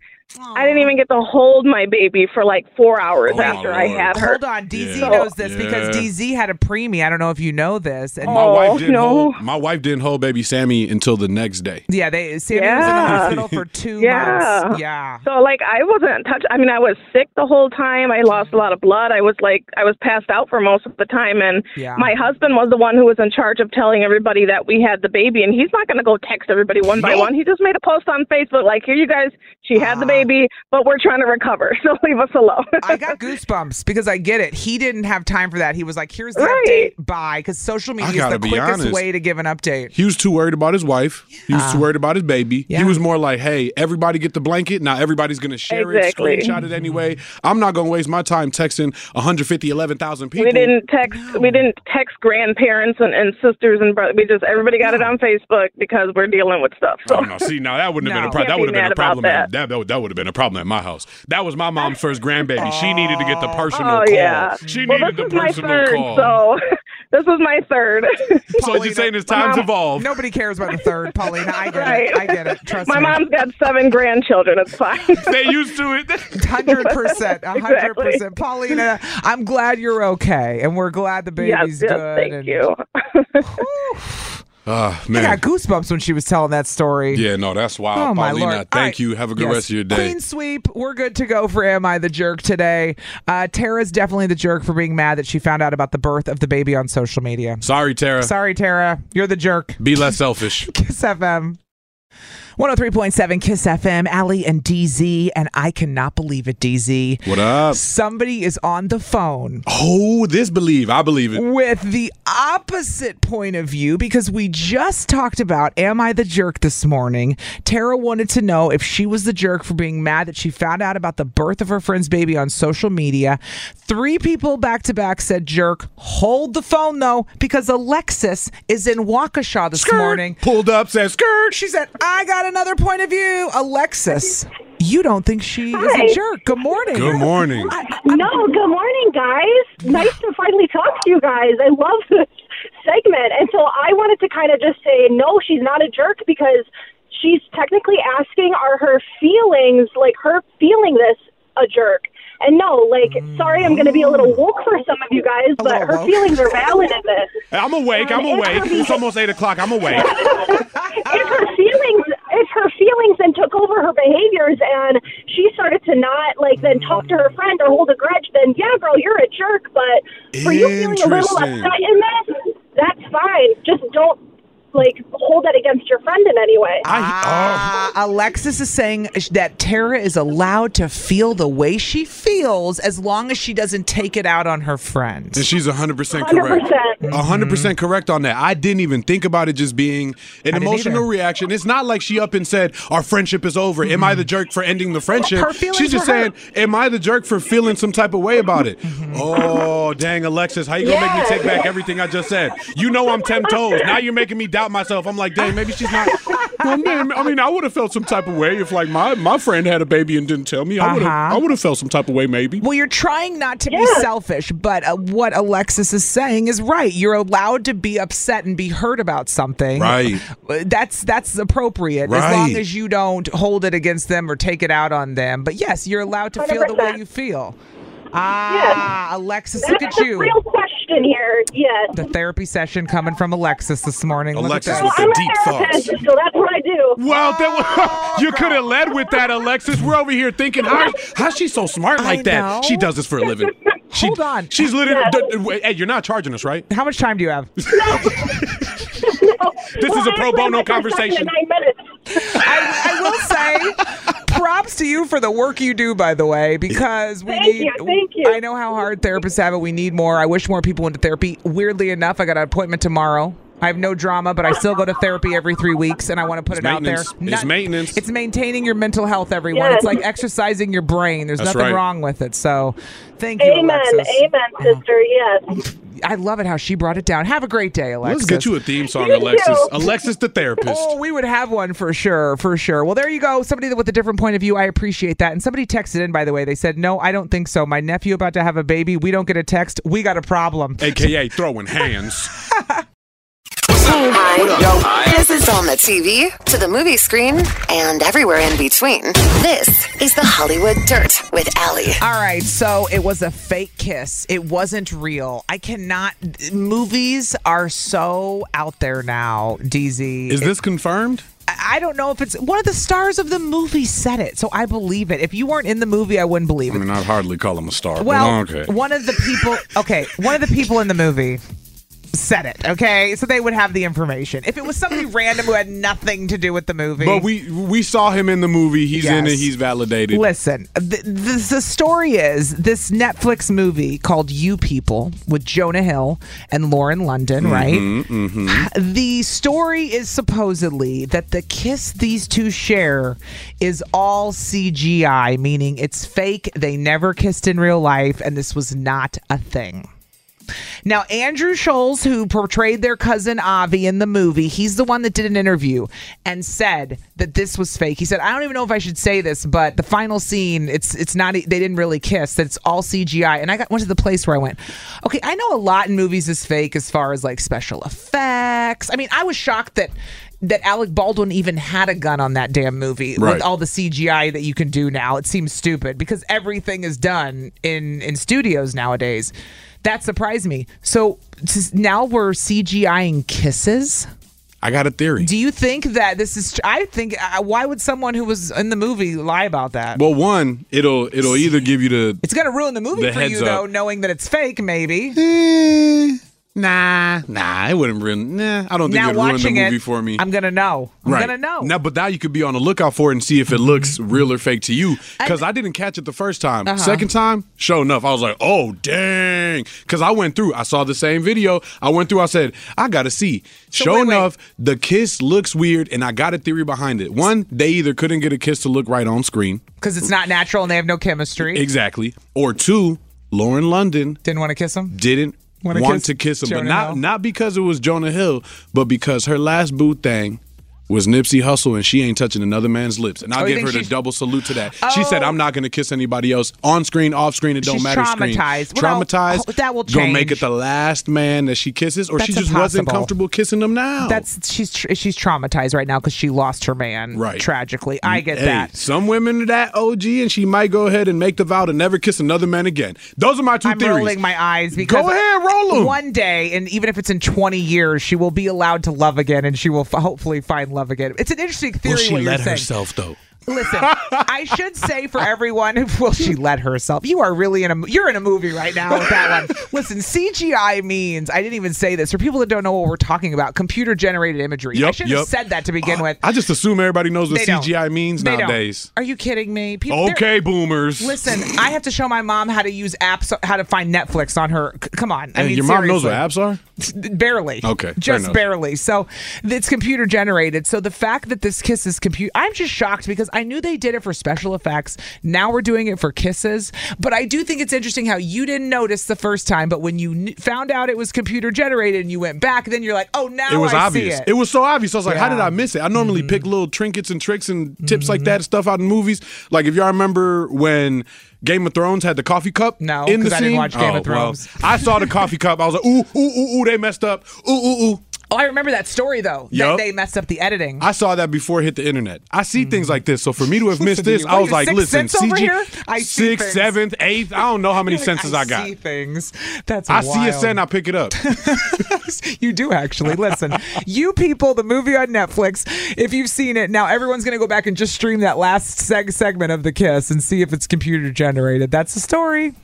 Speaker 15: I didn't even get to hold my baby for like four hours
Speaker 4: Oh,
Speaker 15: after I had her.
Speaker 3: Hold on, DZ knows this because
Speaker 4: Yeah.
Speaker 3: DZ had a preemie. I don't know if you know this. And
Speaker 4: My
Speaker 15: Oh,
Speaker 4: wife didn't hold. My wife didn't hold baby Sammy until the next day.
Speaker 3: Yeah, they Sammy was in the
Speaker 15: Yeah.
Speaker 3: hospital for two
Speaker 15: Yeah.
Speaker 3: months. Yeah.
Speaker 15: So like I wasn't touched. I mean, I was sick the whole time. I lost a lot of blood. I was like I was passed out for most of the time, and
Speaker 3: Yeah.
Speaker 15: my husband was the one who was in charge of telling everybody that we had the baby. And he's not going to go text everybody one by
Speaker 16: Nope.
Speaker 15: one. He just made a post on Facebook like, "Here you guys, she had the baby, but we're trying to recover, so leave us alone."
Speaker 3: Ah. I got goosebumps because I get it. He didn't have time for that. He was like, here's the update. Bye. Because social media is
Speaker 4: gotta
Speaker 3: the
Speaker 4: be
Speaker 3: quickest
Speaker 4: honest.
Speaker 3: way to give an update.
Speaker 4: He was too worried about his wife. He was
Speaker 3: Ah.
Speaker 4: too worried about his baby. He was more like, "Hey, everybody get the blanket. Now everybody's gonna share
Speaker 15: Exactly.
Speaker 4: it, screenshot it anyway. I'm not gonna waste my time texting 150, 11,000 people."
Speaker 15: We didn't text. We didn't text grandparents and, and sisters and brothers. We just everybody got it on Facebook because we're dealing with stuff. So.
Speaker 4: Oh no! See now that wouldn't have been a
Speaker 15: No.
Speaker 4: problem. That
Speaker 15: Can't
Speaker 4: would have
Speaker 15: be
Speaker 4: been a
Speaker 15: mad about
Speaker 4: problem. At, that that, that would have been a problem at my house. That was my mom's first grandbaby. She needed to get the personal
Speaker 15: oh
Speaker 4: call.
Speaker 15: yeah.
Speaker 4: She
Speaker 15: well,
Speaker 4: needed
Speaker 15: this
Speaker 4: the
Speaker 15: is my
Speaker 4: personal
Speaker 15: third,
Speaker 4: call.
Speaker 15: so this is my third.
Speaker 4: So you're saying as times
Speaker 15: Mom-
Speaker 4: evolve,
Speaker 3: Nobody cares about the third, Paulina. I get
Speaker 15: Right.
Speaker 3: it. I get it. Trust
Speaker 15: my
Speaker 3: me.
Speaker 15: mom's got seven grandchildren. It's fine.
Speaker 4: they used to it.
Speaker 3: Hundred percent, hundred
Speaker 15: Exactly.
Speaker 3: percent, Paulina. I'm glad you're okay, and we're glad the
Speaker 15: Yes,
Speaker 3: baby's
Speaker 15: yes,
Speaker 3: good.
Speaker 15: thank
Speaker 3: and-
Speaker 15: you.
Speaker 4: Ah,
Speaker 3: I
Speaker 4: man.
Speaker 3: got goosebumps when she was telling that story.
Speaker 4: Yeah, no, that's wild.
Speaker 3: Oh, my
Speaker 4: Paulina,
Speaker 3: Lord.
Speaker 4: thank
Speaker 3: All right.
Speaker 4: you. Have a good
Speaker 3: Yes.
Speaker 4: rest of your day.
Speaker 3: Clean sweep. We're good to go for Am I the Jerk today. Uh, Tara's definitely the jerk for being mad that she found out about the birth of the baby on social media.
Speaker 4: Sorry, Tara.
Speaker 3: Sorry, Tara. You're the jerk.
Speaker 4: Be less selfish.
Speaker 3: Kiss FM. 103.7 Kiss FM, Allie and DZ, and I cannot believe it, DZ.
Speaker 4: What up?
Speaker 3: Somebody is on the phone.
Speaker 4: Oh, this believe. I believe it.
Speaker 3: With the opposite point of view, because we just talked about Am I the Jerk this morning? Tara wanted to know if she was the jerk for being mad that she found out about the birth of her friend's baby on social media. Three people back to back said jerk. Hold the phone though, because Alexis is in Waukesha this morning.
Speaker 4: Pulled up, said skirt.
Speaker 3: She said, I got another point of view. Alexis, you don't think she is
Speaker 16: Hi.
Speaker 3: a jerk. Good morning.
Speaker 4: Good morning.
Speaker 16: No, good morning, guys. Nice to finally talk to you guys. I love this segment. And so I wanted to kind of just say, no, she's not a jerk because she's technically asking, are her feelings, like her feeling this, a jerk? And no, like, sorry, I'm going to be a little woke for some of you guys, but her feelings are valid in this.
Speaker 4: I'm awake. I'm awake. It's almost eight o'clock. I'm awake.
Speaker 16: if
Speaker 3: Ah.
Speaker 16: her feelings if her feelings then took over her behaviors and she started to not like then talk to her friend or hold a grudge then yeah girl you're a jerk but for you feeling a little
Speaker 4: Interesting.
Speaker 16: upset in this that's fine just don't like hold that against your friend in any way
Speaker 4: oh.
Speaker 3: Ah, Alexis is saying sh- that Tara is allowed to feel the way she feels as long as she doesn't take it out on her friend.
Speaker 4: And she's 100% correct.
Speaker 16: 100%.
Speaker 4: 100% correct on that. I didn't even think about it just being an
Speaker 3: Mm-hmm. didn't
Speaker 4: emotional
Speaker 3: either.
Speaker 4: reaction. It's not like she up and said, Our friendship is over. Am I the jerk for ending the friendship?
Speaker 3: Mm-hmm. Her feelings
Speaker 4: She's just
Speaker 3: were Mm-hmm.
Speaker 4: saying, Am I the jerk for feeling some type of way about it? Oh, dang, Alexis, how you going to
Speaker 16: Yeah.
Speaker 4: make me take back everything I just said? You know I'm 10 toes. Now you're making me doubt myself. I'm like, Dang, maybe she's not. Well, man, I mean, I would have felt some type of way if, like, my, my friend had a baby and didn't tell me. I would have
Speaker 3: Uh-huh.
Speaker 4: I would have felt some type of way, maybe.
Speaker 3: Well, you're trying not to be selfish, but uh, what Alexis is saying is right. You're allowed to be upset and be hurt about something.
Speaker 4: Right.
Speaker 3: Uh, That's that's appropriate as long
Speaker 4: Right.
Speaker 3: as you don't hold it against them or take it out on them. But yes, you're allowed to feel the way you feel. Ah, Alexis, look
Speaker 16: That's
Speaker 3: at
Speaker 16: the
Speaker 3: you.
Speaker 16: real question here yes
Speaker 3: The therapy session coming from Alexis this morning. Look at
Speaker 4: Alexis
Speaker 3: that.
Speaker 4: with the deep thoughts.
Speaker 16: so that's what I do
Speaker 4: Well, that
Speaker 3: Oh,
Speaker 4: was, you could have led with that, Alexis. We're over here thinking, how how's she so smart like that?
Speaker 3: know.
Speaker 4: She does this for a living. She,
Speaker 3: Hold on.
Speaker 4: She's literally. d- d- wait, hey, you're not charging us, right?
Speaker 3: How much time do you have?
Speaker 4: This is a pro bono conversation.
Speaker 3: I will say props to you for the work you do, by the way, because we
Speaker 16: Thank
Speaker 3: need.
Speaker 16: you, thank you.
Speaker 3: I know how hard therapists have it. We need more. I wish more people went to therapy. Weirdly enough, I got an appointment tomorrow. I have no drama, but I still go to therapy every three weeks, and I want to put
Speaker 4: It's
Speaker 3: it out there.
Speaker 4: maintenance. It's maintenance.
Speaker 3: It's maintaining your mental health, everyone. It's
Speaker 16: Yes.
Speaker 3: like exercising your brain. There's
Speaker 4: That's
Speaker 3: nothing
Speaker 4: right.
Speaker 3: wrong with it. So, thank you,
Speaker 16: amen
Speaker 3: Alexis.
Speaker 16: amen sister yes
Speaker 3: I love it how she brought it down. Have a great day, Alexis.
Speaker 4: Let's get you a theme song,
Speaker 16: Thank
Speaker 4: Alexis.
Speaker 16: you.
Speaker 4: Alexis the therapist.
Speaker 3: Oh, we would have one for sure, for sure. Well, there you go. Somebody with a different point of view. I appreciate that. And somebody texted in, by the way. They said, "No, I don't think so. My nephew about to have a baby. We don't get a text. We got a problem."
Speaker 4: AKA throwing hands.
Speaker 1: This is on the TV, to the movie screen, and everywhere in between. This is the Hollywood Dirt with Allie.
Speaker 3: All right, so it was a fake kiss. It wasn't real. I cannot. Movies are so out there now. DZ
Speaker 4: Is this confirmed?
Speaker 3: I I don't know if it's one of the stars of the movie said it, so I believe it. If you weren't in the movie, I wouldn't believe it.
Speaker 4: I mean, I'd hardly call him a star.
Speaker 3: Well,
Speaker 4: but Oh, okay.
Speaker 3: one of the people. Okay, one of the people in the movie said it. Okay, so they would have the information. If it was somebody random who had nothing to do with the movie,
Speaker 4: But we we saw him in the movie. He's in it.
Speaker 3: Yes.
Speaker 4: He's validated.
Speaker 3: Listen, the, the, the story is this Netflix movie called You People with Jonah Hill and Lauren London,
Speaker 1: Mm-hmm.
Speaker 12: Mm-hmm,
Speaker 3: right? The story is supposedly that the kiss these two share is all CGI, meaning it's fake. They never kissed in real life, and this was not a thing. Now, Andrew Scholes, who portrayed their cousin Avi in the movie, he's the one that did an interview and said that this was fake. He said, "I don't even know if I should say this, but the final scene, it's it's not. e-, They didn't really kiss. That it's all CGI." And I got went to the place where I went, "Okay, I know a lot in movies is fake as far as like special effects. I mean, I was shocked that." That Alec Baldwin even had a gun on that damn movie
Speaker 4: Right.
Speaker 3: with all the CGI that you can do now. It seems stupid because everything is done in in studios nowadays. That surprised me. So s- now we're CGIing kisses.
Speaker 4: I got a theory.
Speaker 3: Do you think that this is? I think. Uh, why would someone who was in the movie lie about that?
Speaker 4: Well, one, it'll it'll either give you the
Speaker 3: it's gonna ruin the movie
Speaker 4: The
Speaker 3: for
Speaker 4: heads
Speaker 3: you,
Speaker 4: up. Eh,
Speaker 3: though, knowing that it's fake. Maybe.
Speaker 4: Nah, nah, it wouldn't ruin. Nah, I don't think
Speaker 3: Now
Speaker 4: it ruined the
Speaker 3: watching it,
Speaker 4: movie for me.
Speaker 3: I'm gonna know. I'm
Speaker 4: right.
Speaker 3: gonna know. Mm-hmm.
Speaker 4: Now, but now you could be on the lookout for it and see if it looks real or fake to you. Because I didn't catch it the first time.
Speaker 3: Uh-huh.
Speaker 4: Second time, sure enough, I was like, oh, dang. Because I went through, I saw the same video. I went through, I said, I got to see. sure enough, the kiss looks weird, and I got a theory behind it. One, they either couldn't get a kiss to look right on screen.
Speaker 3: Because it's not natural and they have no chemistry.
Speaker 4: Exactly. Or two, Lauren London
Speaker 3: didn't want to kiss him.
Speaker 4: Didn't
Speaker 3: Wanna
Speaker 4: want
Speaker 3: kiss
Speaker 4: to kiss him,
Speaker 3: Jonah
Speaker 4: but not
Speaker 3: Hill?
Speaker 4: not because it was Jonah Hill, but because her last boo thing was Nipsey Hussle, and she ain't touching another man's lips. And I'll
Speaker 3: Oh, you
Speaker 4: give
Speaker 3: think
Speaker 4: her the
Speaker 3: she's-
Speaker 4: double salute to that. She said, "I'm not going to kiss anybody else on screen, off screen. It don't
Speaker 3: Oh. She's
Speaker 4: matter." screen."
Speaker 3: traumatized. Well,
Speaker 4: traumatized.
Speaker 3: oh, that will
Speaker 4: Gonna make
Speaker 3: change.
Speaker 4: it the last man that she kisses, or she
Speaker 3: That's
Speaker 4: just wasn't
Speaker 3: impossible.
Speaker 4: comfortable kissing him now.
Speaker 3: That's she's tr- she's traumatized right now because she lost her man right. tragically. I get
Speaker 4: Hey,
Speaker 3: that.
Speaker 4: Some women are that OG, and she might go ahead and make the vow to never kiss another man again. Those are my 2
Speaker 3: I'm
Speaker 4: theories.
Speaker 3: rolling my eyes because
Speaker 4: Go ahead, roll 'em.
Speaker 3: One day, and even if it's in 20 years, she will be allowed to love again, and she will f- hopefully find love again. It's an interesting theory.
Speaker 4: Will she
Speaker 3: what you're
Speaker 4: let
Speaker 3: saying.
Speaker 4: herself though?
Speaker 3: Listen, I should say for everyone, will she let herself? You are really in a you're in a movie right now with that one. Listen, CGI means I didn't even say this for people that don't know what we're talking about. Computer generated imagery. I
Speaker 4: Yup,
Speaker 3: should have
Speaker 4: yup. Uh,
Speaker 3: said that to begin with.
Speaker 4: I just assume everybody knows what
Speaker 3: They don't.
Speaker 4: CGI means
Speaker 3: They don't.
Speaker 4: nowadays.
Speaker 3: Are you kidding me? they're-
Speaker 4: Okay, boomers.
Speaker 3: Listen, I have to show my mom how to use apps, how to find Netflix on her. C- come on, I
Speaker 4: Hey,
Speaker 3: mean,
Speaker 4: your mom knows what
Speaker 3: seriously.
Speaker 4: apps are.
Speaker 3: Barely.
Speaker 4: Okay, fair
Speaker 3: Just
Speaker 4: enough.
Speaker 3: barely. So it's computer generated. So the fact that this kiss is computer, I'm just shocked because I knew they did it for special effects. Now we're doing it for kisses. But I do think it's interesting how you didn't notice the first time, but when you kn- found out it was computer generated and you went back, then you're like, oh, now
Speaker 4: it was
Speaker 3: I
Speaker 4: obvious.
Speaker 3: see it.
Speaker 4: It. was so obvious. I was like, how
Speaker 3: Yeah.
Speaker 4: did
Speaker 3: Mm-hmm.
Speaker 4: I miss it? I normally pick little trinkets and tricks and tips like that, stuff out in movies. Like if y'all remember when Game of Thrones had the coffee cup no, in the
Speaker 3: 'cause I
Speaker 4: scene.
Speaker 3: didn't watch Game of
Speaker 4: Oh, well,
Speaker 3: Thrones.
Speaker 4: I saw the coffee cup. I was like, ooh, ooh, ooh, ooh, they messed up. Ooh, ooh, ooh.
Speaker 3: Oh, I remember that story though. That
Speaker 4: Yup.
Speaker 3: they messed up the editing. Mm-hmm.
Speaker 4: I saw that before it hit the internet. I see things like this. So for me to have
Speaker 3: to
Speaker 4: missed this,
Speaker 3: you.
Speaker 4: I
Speaker 3: What are you,
Speaker 4: was like,
Speaker 3: sixth
Speaker 4: listen,
Speaker 3: sense over
Speaker 4: CG,
Speaker 3: here? I see
Speaker 4: sixth,
Speaker 3: things.
Speaker 4: seventh, eighth. I don't know how many senses I got.
Speaker 3: see things. That's
Speaker 4: I see a
Speaker 3: wild.
Speaker 4: scent, I pick it up.
Speaker 3: you do actually. Listen, you people, the movie on Netflix, if you've seen it, now everyone's going to go back and just stream that last seg- segment of The Kiss and see if it's computer generated. That's the story.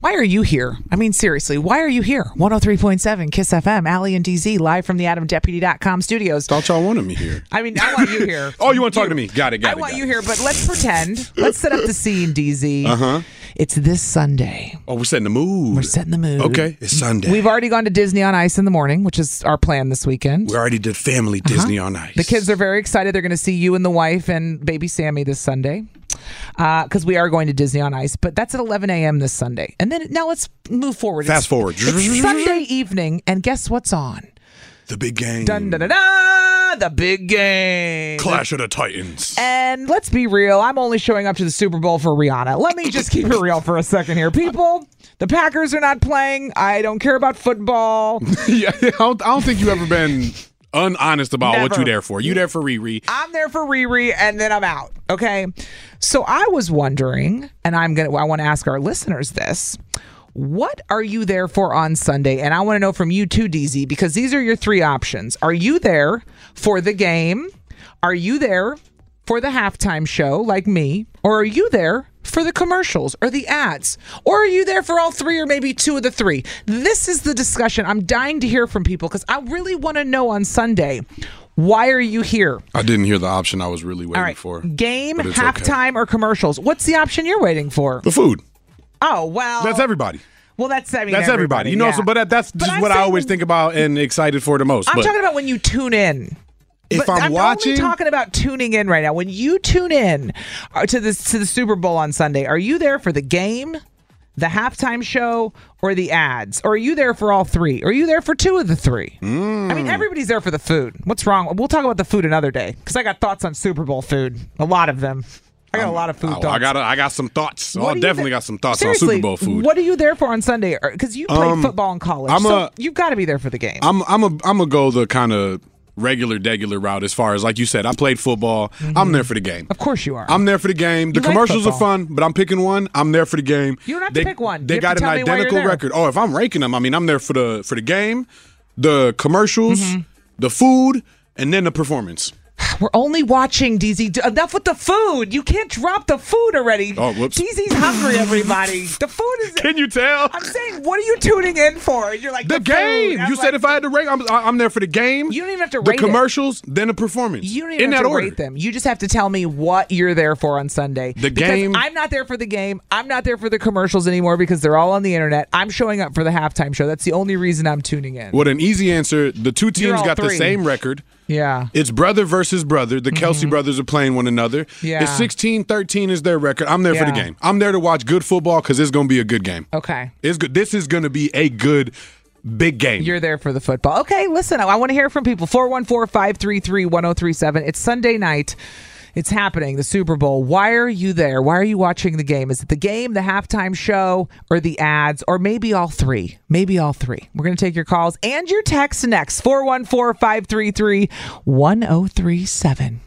Speaker 5: Why are you here? I mean, seriously, why are you here? 103.7 Kiss FM, Allie and DZ, live from the AdamDeputy.com studios.
Speaker 4: Thought y'all wanted me here.
Speaker 3: I mean, I want you here.
Speaker 4: Oh, you want to talk to me? Got it,
Speaker 3: I
Speaker 4: got it.
Speaker 3: want you here, but let's pretend. Let's set up the scene, DZ.
Speaker 4: Uh huh.
Speaker 5: It's this Sunday.
Speaker 4: Oh, we're setting the mood. We're setting
Speaker 5: the mood.
Speaker 4: Okay, it's Sunday.
Speaker 3: We've already gone to Disney on Ice in the morning, which is our plan this weekend.
Speaker 4: We already did family
Speaker 3: Uh-huh.
Speaker 4: Disney on ice.
Speaker 3: The kids are very excited. They're going to see you and the wife and baby Sammy this Sunday because we are going to Disney on Ice. But that's at 11 a.m. this Sunday. And then now let's move forward. It's-
Speaker 4: Fast forward.
Speaker 3: it's Sunday evening, and guess what's on?
Speaker 4: The big game.
Speaker 3: Dun dun dun dun! The big game.
Speaker 4: Clash of the Titans.
Speaker 3: And let's be real, I'm only showing up to the Super Bowl for Rihanna. Let me just keep it real for a second here. People, the Packers are not playing. I don't care about football.
Speaker 4: yeah, I don't, I don't think you've ever been unhonest about what
Speaker 3: Never.
Speaker 4: you there for. You there for Riri.
Speaker 3: I'm there for Riri, and then I'm out. Okay. So I was wondering, and I'm gonna, I want to ask our listeners this: What are you there for on Sunday? And I want to know from you too, DZ, because these are your three options. Are you there for the game? Are you there for the halftime show, like me, or are you there? For the commercials or the ads? Or are you there for all three or maybe two of the three? This is the discussion. I'm dying to hear from people because I really want to know on Sunday why are you here?
Speaker 4: I didn't hear the option I was really waiting for.
Speaker 3: Game,
Speaker 4: But it's okay.
Speaker 3: halftime, or commercials? What's the option you're waiting for?
Speaker 4: The food.
Speaker 3: Oh well,
Speaker 4: That's everybody.
Speaker 3: well, that's I mean,
Speaker 4: that's everybody. You know,
Speaker 3: yeah.
Speaker 4: so but that, that's just what I always think about and excited for the most.
Speaker 3: I'm
Speaker 4: but
Speaker 3: talking about when you tune in.
Speaker 4: If
Speaker 3: But
Speaker 4: I'm
Speaker 3: only
Speaker 4: watching-
Speaker 3: talking about tuning in right now. When you tune in uh, to this to the Super Bowl on Sunday, are you there for the game, the halftime show, or the ads? Or are you there for all three? Or are you there for two of the three? I
Speaker 4: Mm.
Speaker 3: mean, everybody's there for the food. What's wrong? We'll talk about the food another day because I got thoughts on Super Bowl food. A lot of them. I got a lot of food
Speaker 4: Oh,
Speaker 3: thoughts.
Speaker 4: I got I got some thoughts. Oh,
Speaker 3: What
Speaker 4: I
Speaker 3: do you
Speaker 4: definitely
Speaker 3: thi-
Speaker 4: got some thoughts
Speaker 3: Seriously,
Speaker 4: on Super Bowl food.
Speaker 3: What are you there for on Sunday? Because you played
Speaker 4: Um,
Speaker 3: football in college,
Speaker 4: I'm
Speaker 3: so
Speaker 4: a-
Speaker 3: you've got to be there for the game.
Speaker 4: I'm I'm a I'm gonna go the kind of regular degular route as far as like you said. I played football.
Speaker 3: Mm-hmm.
Speaker 4: I'm there for the game.
Speaker 3: Of course you are.
Speaker 4: I'm there for the game. The
Speaker 3: You like
Speaker 4: commercials are
Speaker 3: football.
Speaker 4: fun, but I'm picking one. I'm there for the game.
Speaker 3: You don't have to
Speaker 4: they,
Speaker 3: pick one.
Speaker 4: They
Speaker 3: You have
Speaker 4: got
Speaker 3: to
Speaker 4: an
Speaker 3: tell me why you're
Speaker 4: identical
Speaker 3: there.
Speaker 4: record. Oh, if I'm ranking them, I mean I'm there for
Speaker 3: Mm-hmm.
Speaker 4: the for the game, the commercials, the food, and then the performance.
Speaker 3: We're only watching DZ. D- Enough with the food. You can't drop the food already.
Speaker 11: Oh, whoops.
Speaker 3: DZ's hungry, everybody. The food is.
Speaker 11: Can you tell?
Speaker 3: I'm saying, what are you tuning in for? And you're like,
Speaker 4: The
Speaker 3: food.
Speaker 4: game.
Speaker 3: I'm
Speaker 4: You
Speaker 3: like,
Speaker 4: said if I had to rate, I'm, I- I'm there for the game. You
Speaker 3: don't even have to
Speaker 4: the
Speaker 3: rate it.
Speaker 4: commercials, then the performance.
Speaker 3: You don't even
Speaker 4: in
Speaker 3: have to
Speaker 4: that order.
Speaker 3: rate them. You just have to tell me what you're there for on Sunday.
Speaker 4: The
Speaker 3: Because
Speaker 4: game-
Speaker 3: I'm not there for the game. I'm not there for the commercials anymore because they're all on the internet. I'm showing up for the halftime show. That's the only reason I'm tuning in.
Speaker 4: What an easy answer. The two teams
Speaker 3: all
Speaker 4: got the
Speaker 3: three.
Speaker 4: same record.
Speaker 3: Yeah.
Speaker 4: It's brother versus brother. The Kelsey brothers are playing one another.
Speaker 3: Mm-hmm. Yeah.
Speaker 4: It's 16 13 is their record. I'm there for the
Speaker 3: Yeah.
Speaker 4: game. I'm there to watch good football because it's going to be a good game.
Speaker 3: Okay.
Speaker 4: It's good. This is going to be a good, big game.
Speaker 3: You're there for the football. Okay, listen, I, want to hear from people. 414 533 1037. It's Sunday night. It's happening, the Super Bowl. Why are you there? Why are you watching the game? Is it the game, the halftime show, or the ads, or maybe all three? Maybe all three. We're going to take your calls and your texts next 414 533 1037.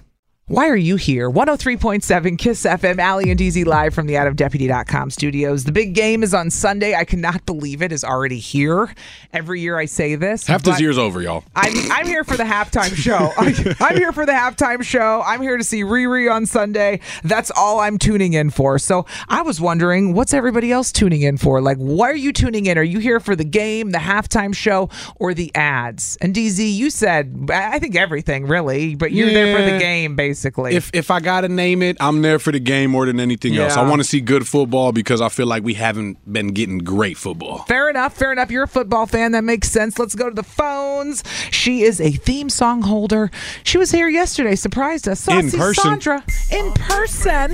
Speaker 3: Why are you here? 103.7 Kiss FM, Allie and DZ live from the outofdeputy.com studios. The big game is on Sunday. I cannot believe it is already here. Every year I say this.
Speaker 4: Half this
Speaker 3: but-
Speaker 4: year's over, y'all.
Speaker 3: I'm, I'm here for the halftime show. I'm here for the halftime show. I'm here to see Riri on Sunday. That's all I'm tuning in for. So I was wondering, what's everybody else tuning in for? Like, why are you tuning in? Are you here for the game, the halftime show, or the ads? And DZ, you said, I I think everything really, but you're there for the
Speaker 4: Yeah.
Speaker 3: game, basically.
Speaker 4: If if I gotta name it, I'm there for the game more than anything else.
Speaker 3: Yeah.
Speaker 4: I want to see good football because I feel like we haven't been getting great football.
Speaker 3: Fair enough. Fair enough. You're a football fan. That makes sense. Let's go to the phones. She is a theme song holder. She was here yesterday. Surprised us.
Speaker 17: In
Speaker 3: Saucy
Speaker 17: person.
Speaker 3: Sandra in person.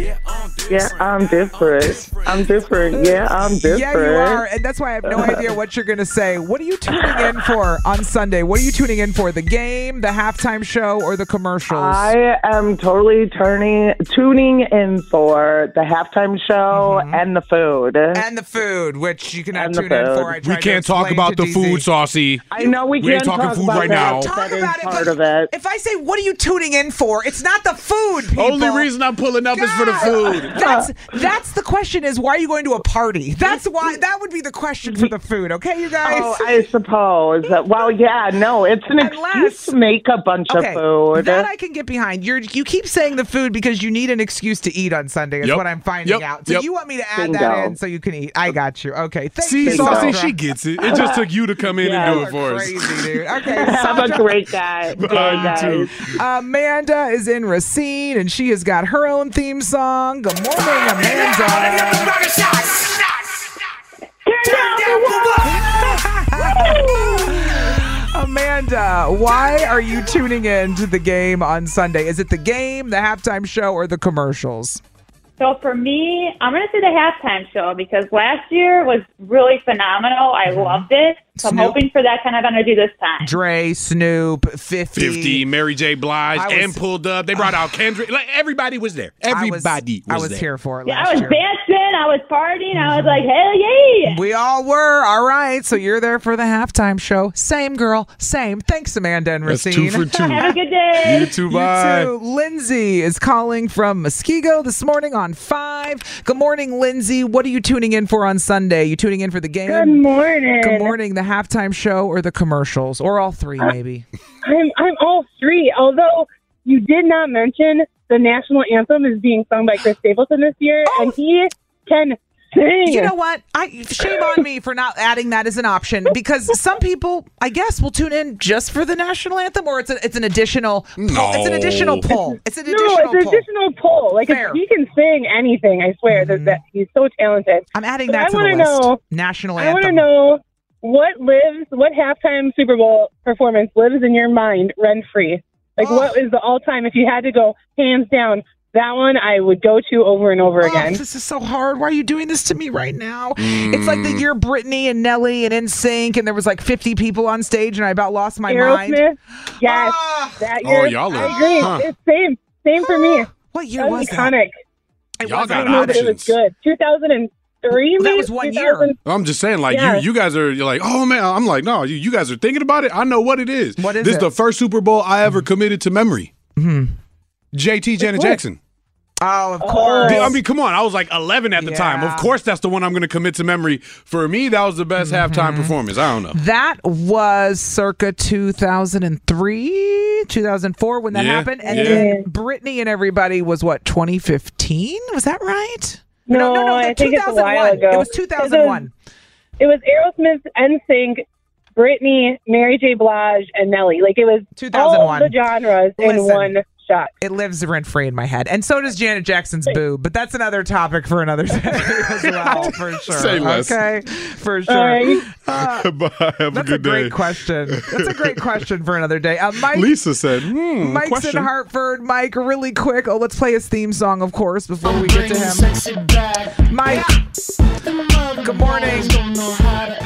Speaker 17: Yeah, I'm different. I'm different. Yeah, I'm different.
Speaker 3: Yeah, you are. And that's why I have no idea what you're going to say. What are you tuning in for on Sunday? What are you tuning in for? The game, the halftime show, or the commercials?
Speaker 17: I am totally turning tuning in for the halftime show and the food.
Speaker 3: and the food, which you can have
Speaker 17: And the
Speaker 3: tune in for.
Speaker 17: food.
Speaker 3: I
Speaker 17: We
Speaker 3: tried to
Speaker 4: Can't talk
Speaker 3: explain
Speaker 4: about
Speaker 3: to
Speaker 4: the
Speaker 3: DZ.
Speaker 4: food, saucy.
Speaker 17: I know we,
Speaker 4: We ain't
Speaker 17: can't
Speaker 4: talking
Speaker 17: talk
Speaker 4: food
Speaker 17: about
Speaker 4: right
Speaker 17: that.
Speaker 4: now.
Speaker 17: That
Speaker 4: Talk
Speaker 17: is
Speaker 3: about it,
Speaker 17: part
Speaker 3: but
Speaker 17: of it.
Speaker 3: If I say, what are you tuning in for? It's not the food. People.
Speaker 4: Only reason I'm pulling up is for the food.
Speaker 3: That's that's the question. Is why are you going to a party? That's why that would be the question for the food. Okay, you guys.
Speaker 17: Oh, I suppose. Well, yeah, no, it's an excuse to make a bunch
Speaker 3: Okay,
Speaker 17: of food.
Speaker 3: that I can get behind. You you keep saying the food because you need an excuse to eat on Sunday. Is
Speaker 17: Yep.
Speaker 3: what I'm finding
Speaker 17: Yep.
Speaker 3: out. So
Speaker 17: Yep.
Speaker 3: you want me to add that
Speaker 17: Bingo.
Speaker 3: in so you can eat? I got you. Okay. Thank
Speaker 4: See,
Speaker 3: you,
Speaker 4: saucy,
Speaker 3: Sandra.
Speaker 4: she gets it. It just took you to come in
Speaker 3: Yeah.
Speaker 4: and do
Speaker 3: You
Speaker 4: it for us.
Speaker 3: Okay,
Speaker 17: I'm a
Speaker 3: Sandra-
Speaker 17: great guy. Great
Speaker 4: Behind you
Speaker 17: guys.
Speaker 4: too.
Speaker 3: Amanda is in Racine and she has got her own theme song. Good morning, Amanda. Amanda, why are you tuning in to the game on Sunday? Is it the game, the halftime show, or the commercials?
Speaker 18: So for me, I'm going to say the halftime show because last year was really phenomenal. I
Speaker 17: Mm-hmm.
Speaker 18: loved it. So I'm
Speaker 3: Snoop.
Speaker 18: hoping for that kind of energy this time.
Speaker 3: Dre, Snoop, 50.
Speaker 4: 50, Mary J. Blige,
Speaker 3: I was-
Speaker 4: and pulled up. They brought out Kendrick. Like, everybody was there. Everybody
Speaker 3: I was,
Speaker 4: was,
Speaker 3: I was
Speaker 4: there.
Speaker 3: here for it
Speaker 18: Yeah,
Speaker 3: last
Speaker 18: I was
Speaker 3: year. Mm-hmm.
Speaker 18: dancing. I was partying. I was like, hell yeah.
Speaker 3: We all were. All right. So you're there for the halftime show. Same girl, same. Thanks, Amanda and
Speaker 4: That's two
Speaker 3: Racine.
Speaker 4: for two. Have
Speaker 18: a good day.
Speaker 4: You too, bye.
Speaker 3: too. Lindsay is calling from Muskego this morning on five. Good morning, Lindsay. What are you tuning in for on Sunday? You tuning in for the game?
Speaker 10: Good morning.
Speaker 3: Good morning. The halftime show or the commercials or all
Speaker 17: Uh,
Speaker 3: three,
Speaker 10: Uh,
Speaker 3: maybe.
Speaker 10: I'm I'm all three. Although you did not mention the national anthem is being sung by Chris Stapleton this year,
Speaker 3: Oh!
Speaker 10: and he can sing.
Speaker 3: You know what? I shame on me for not adding that as an option because some people, I guess, will tune in just for the national anthem, or it's a, it's an additional pull. It's an additional
Speaker 10: No.
Speaker 3: pull. It's an
Speaker 10: No,
Speaker 3: additional
Speaker 10: it's an
Speaker 3: pull.
Speaker 10: additional pull. Like
Speaker 3: Fair. Mm-hmm.
Speaker 10: if he can sing anything. I swear that, that he's so talented.
Speaker 3: I'm adding
Speaker 10: I
Speaker 3: that to the
Speaker 10: wanna
Speaker 3: list.
Speaker 10: know.
Speaker 3: National
Speaker 10: I want to
Speaker 3: anthem.
Speaker 10: know what lives, what halftime Super Bowl performance lives in your mind rent free. Like what is the all time? If you had to go hands down, that one I would go to over and over again.
Speaker 3: This is so hard. Why are you doing this to me right now? It's like the year Britney and Nelly and NSYNC, and there was like 50 people on stage, and I about lost my mind.
Speaker 10: Aerosmith? Yes. that
Speaker 3: Oh,
Speaker 10: year.
Speaker 3: y'all are-
Speaker 10: I agree.
Speaker 3: huh.
Speaker 10: It's same. Same for me.
Speaker 3: What
Speaker 10: year that was, iconic. It
Speaker 4: Y'all
Speaker 10: was
Speaker 4: got
Speaker 10: iconic. It was
Speaker 4: options.
Speaker 10: good. 2003. That was one year.
Speaker 4: I'm just saying, like
Speaker 10: Yeah.
Speaker 4: you, you guys are you're like, oh man, I'm like, no, you, you guys are thinking about it. I know what it is. What
Speaker 3: is
Speaker 4: this?
Speaker 3: it? Hmm.
Speaker 4: The first Super Bowl I ever committed to memory. JT Janet
Speaker 3: what?
Speaker 4: Jackson.
Speaker 3: Oh, of
Speaker 4: course. I mean, come on. I was like 11 at the time. Of course, that's the one I'm going to commit to memory. For me, that was the best
Speaker 3: Mm-hmm.
Speaker 4: halftime performance. I don't know.
Speaker 3: That was circa 2003, 2004 when that
Speaker 4: Yeah,
Speaker 3: happened. And
Speaker 4: yeah.
Speaker 3: then Britney and everybody was what, 2015? Was that right? no, no, no,
Speaker 10: I think it's a while
Speaker 3: 2001.
Speaker 10: ago.
Speaker 3: It was 2001.
Speaker 10: It was, it was Aerosmith, NSYNC, Britney, Mary J. Blige, and Nelly. Like it was all
Speaker 3: 2001.
Speaker 10: the genres in
Speaker 3: Listen.
Speaker 10: one shot.
Speaker 3: It lives rent free in my head. And so does Janet Jackson's boob, but that's another topic for another day as well, for sure.
Speaker 4: Say less.
Speaker 3: Okay, for sure.
Speaker 4: All right.
Speaker 3: Uh,
Speaker 4: Bye. Have a
Speaker 3: that's a
Speaker 4: good
Speaker 3: great
Speaker 4: day.
Speaker 3: question. That's a great question for another day. Uh, Mike,
Speaker 4: Lisa said, hmm,
Speaker 3: Mike's
Speaker 4: question.
Speaker 3: in Hartford. Mike, really quick. Oh, let's play his theme song, of course, before we get to him. Mike, good morning.
Speaker 19: Good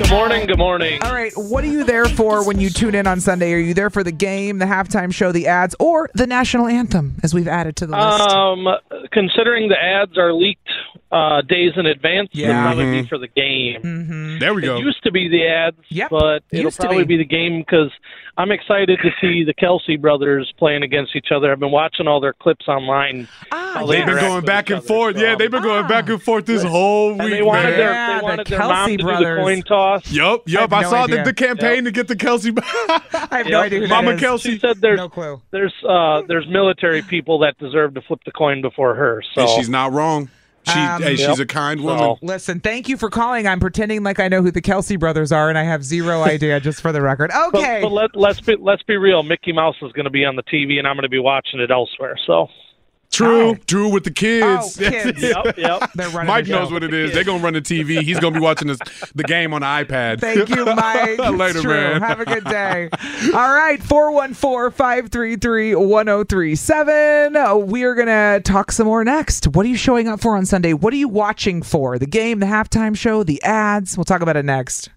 Speaker 19: morning. Good morning.
Speaker 3: All right, what are you there for when you tune in on Sunday? Are you there for the game, the halftime show, the ads, or the national anthem, as we've added to the list?
Speaker 19: Um, considering the ads are leaked uh, days in advance, it'll probably be for the game.
Speaker 4: Mm-hmm. There we
Speaker 19: go. It used to be the ads, but it'll
Speaker 3: Mm-hmm. used to
Speaker 19: probably
Speaker 3: be.
Speaker 19: be. the game because I'm excited to see the Kelsey brothers playing against each other. I've been watching all their clips online.
Speaker 3: Ah,
Speaker 19: how they
Speaker 4: They've been
Speaker 19: interact
Speaker 4: going
Speaker 19: with
Speaker 4: back
Speaker 19: each
Speaker 4: and
Speaker 19: other.
Speaker 4: forth. Yeah, they've been going back and forth this whole week.
Speaker 19: And they wanted
Speaker 4: man.
Speaker 19: their they wanted their mom to do the coin toss.
Speaker 4: Yup, yup. I, saw the, the campaign to get the Kelsey. I
Speaker 3: have
Speaker 19: Yep.
Speaker 4: Mama Kelsey.
Speaker 19: She said there's
Speaker 3: no clue.
Speaker 19: There's uh, there's military people that deserve to flip the coin before her. So
Speaker 4: And she's not wrong. She,
Speaker 3: Um,
Speaker 4: hey,
Speaker 19: Yep.
Speaker 4: she's a kind
Speaker 19: So-
Speaker 4: woman.
Speaker 3: Listen, thank you for calling. I'm pretending like I know who the Kelsey brothers are, and I have zero idea, just for the record. Okay.
Speaker 19: But, but let, let's be let's be real. Mickey Mouse is going to be on the TV, and I'm going to be watching it elsewhere. So
Speaker 4: True, true with the kids.
Speaker 19: Oh, kids. Yep, yep. They're running
Speaker 4: Mike
Speaker 19: the
Speaker 4: knows
Speaker 19: show.
Speaker 4: what it is. They're gonna run the TV. He's gonna be watching this, the game on the iPad.
Speaker 3: Thank you, Mike.
Speaker 4: Later,
Speaker 3: it's true.
Speaker 4: man.
Speaker 3: Have a good day. All right, 414 533 1037. Uh, We are going to talk some more next. What are you showing up for on Sunday? What are you watching for? The game, the halftime show, the ads? We'll talk about it next.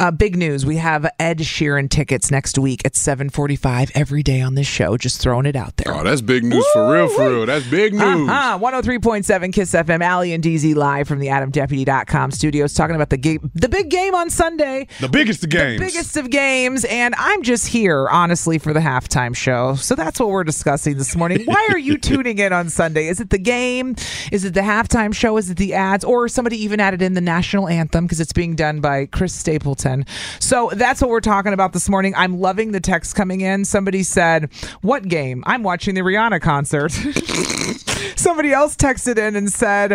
Speaker 3: Uh, big news. We have Ed Sheeran tickets next week at 745 every day on this show. Just throwing it out there.
Speaker 4: Oh, that's big news for real, for real. That's big news.
Speaker 3: Uh-huh. 103.7 Kiss FM. Allie and DZ live from the AdamDeputy.com studios talking about the game, the big game on Sunday.
Speaker 4: The biggest of games.
Speaker 3: Biggest of games, and I'm just here, honestly, for the halftime show. So that's what we're discussing this morning. Why are you tuning in on Sunday? Is it the game? Is it the halftime show? Is it the ads? Or somebody even added in the national anthem because it's being done by Chris Stapleton. So that's what we're talking about this morning. I'm loving the text coming in. Somebody said, What game? I'm watching the Rihanna concert. Somebody else texted in and said,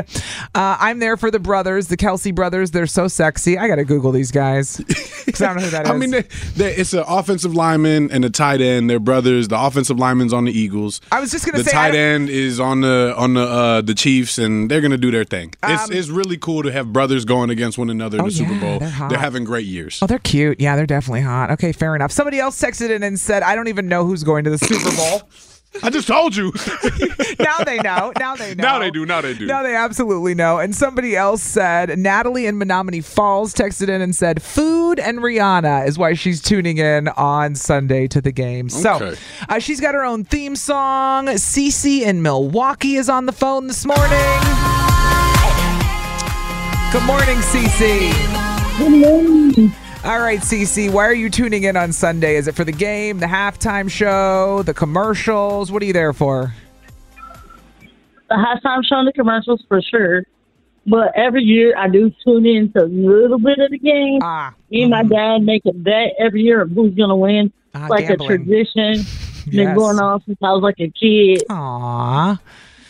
Speaker 3: uh, I'm there for the brothers, the Kelsey brothers. They're so sexy. I got to Google these guys. 'Cause I don't know who that is.
Speaker 4: I mean, they, they, it's an offensive lineman and a tight end. They're brothers. The offensive lineman's on the Eagles.
Speaker 3: I was just gonna
Speaker 4: the
Speaker 3: say, I
Speaker 4: tight
Speaker 3: don't-
Speaker 4: end is on the on the uh, the Chiefs, and they're gonna do their thing. it's it's really cool to have brothers going against one another in
Speaker 3: Um, Oh,
Speaker 4: the Super
Speaker 3: yeah,
Speaker 4: Bowl.
Speaker 3: they're hot.
Speaker 4: having great years.
Speaker 3: Oh, they're cute. Yeah, they're definitely hot. Okay, fair enough. Somebody else texted in and said, I don't even know who's going to the Super Bowl.
Speaker 4: I just told you.
Speaker 3: now they know. Now they know.
Speaker 4: Now they do. Now they do.
Speaker 3: No, they absolutely know. And somebody else said, Natalie in Menominee Falls texted in and said, Food and Rihanna is why she's tuning in on Sunday to the game. So
Speaker 9: Okay.
Speaker 3: uh, she's got her own theme song. Cece in Milwaukee is on the phone this morning. Good morning, Cece. Good morning. All right, Cece, why are you tuning in on Sunday? Is it for the game, the halftime show, the commercials? What are you there for?
Speaker 20: the halftime show and the commercials for sure. But every year I do tune in to a little bit of the game.
Speaker 3: Ah,
Speaker 20: Me and my dad make a bet every year of who's gonna win.
Speaker 3: Ah,
Speaker 20: It's like
Speaker 3: gambling.
Speaker 20: a tradition. Been
Speaker 3: Yes.
Speaker 20: going on since I was like a kid.
Speaker 3: Aww.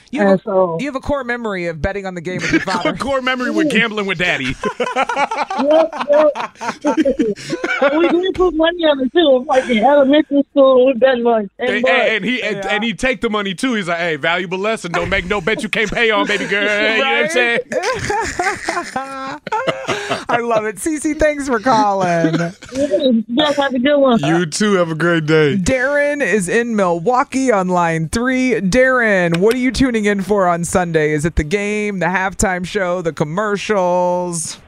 Speaker 3: You have, a, you have a core memory of betting on the game with your father.
Speaker 4: core memory with gambling with daddy.
Speaker 20: and we did put money on it too. Like in elementary school, we bet like ten
Speaker 4: And,
Speaker 20: bucks.
Speaker 4: and- and he and, and he take the money too. He's like, "Hey, valuable lesson. Don't make no bet you can't pay on, baby girl." You know what I'm
Speaker 3: Right?
Speaker 4: saying?
Speaker 3: I love it. Cece, thanks for calling.
Speaker 20: Yes, have a good one.
Speaker 4: You too. Have a great day.
Speaker 3: Darren is in Milwaukee on line three. Darren, what are you tuning in for on Sunday? Is it the game, the halftime show, the commercials?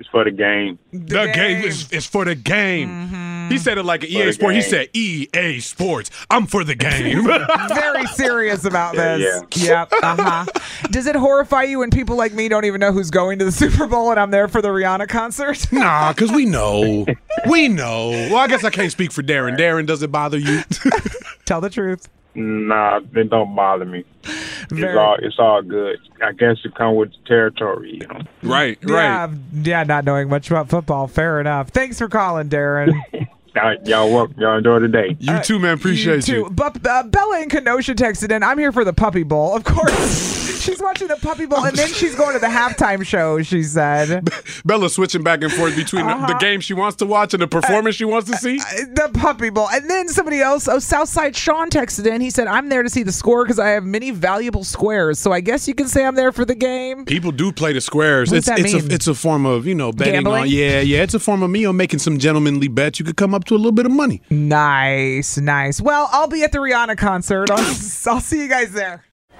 Speaker 21: It's for the game.
Speaker 4: The, game, is, is for the game.
Speaker 3: Mm-hmm.
Speaker 4: He said it like an
Speaker 21: For
Speaker 4: EA
Speaker 21: the
Speaker 4: Sport. He
Speaker 21: game.
Speaker 4: said EA Sports. I'm for the game.
Speaker 3: Very serious about
Speaker 4: Yeah,
Speaker 3: this. Yep. Uh huh. Does it horrify you when people like me don't even know who's going to the Super Bowl and I'm there for the Rihanna concert?
Speaker 4: nah, cause we know, we know. Well, I guess I can't speak for Darren. Darren, does it bother you?
Speaker 3: Tell the truth.
Speaker 21: Nah, it don't bother me.
Speaker 3: Very-
Speaker 22: It's all it's all good. I guess it come with the territory, you know.
Speaker 4: Right,
Speaker 3: Yeah, yeah, not knowing much about football. Fair enough. Thanks for calling, Darren.
Speaker 22: All right, y'all welcome. Y'all enjoy the day.
Speaker 4: You too, man. Appreciate
Speaker 3: too. But uh, Bella in Kenosha texted in, I'm here for the Puppy Bowl. Of course, she's watching the Puppy Bowl, and then she's going to the halftime show, she said. Uh-huh.
Speaker 4: Bella switching back and forth between the- the game she wants to watch and the performance she wants to see.
Speaker 3: The Puppy Bowl. And then somebody else, oh, Southside Sean texted in. He said, I'm there to see the score because I have many valuable squares. So I guess you can say I'm there for the game.
Speaker 4: People do play the squares.
Speaker 3: What does
Speaker 4: It's
Speaker 3: that
Speaker 4: it's
Speaker 3: mean?
Speaker 4: a it's a form of you know betting
Speaker 3: Gambling?
Speaker 4: on yeah yeah it's a form of me on making some gentlemanly bets. You could come up to a little bit of money.
Speaker 3: Nice, nice. Well, I'll be at the Rihanna concert. I'll, I'll see you guys there.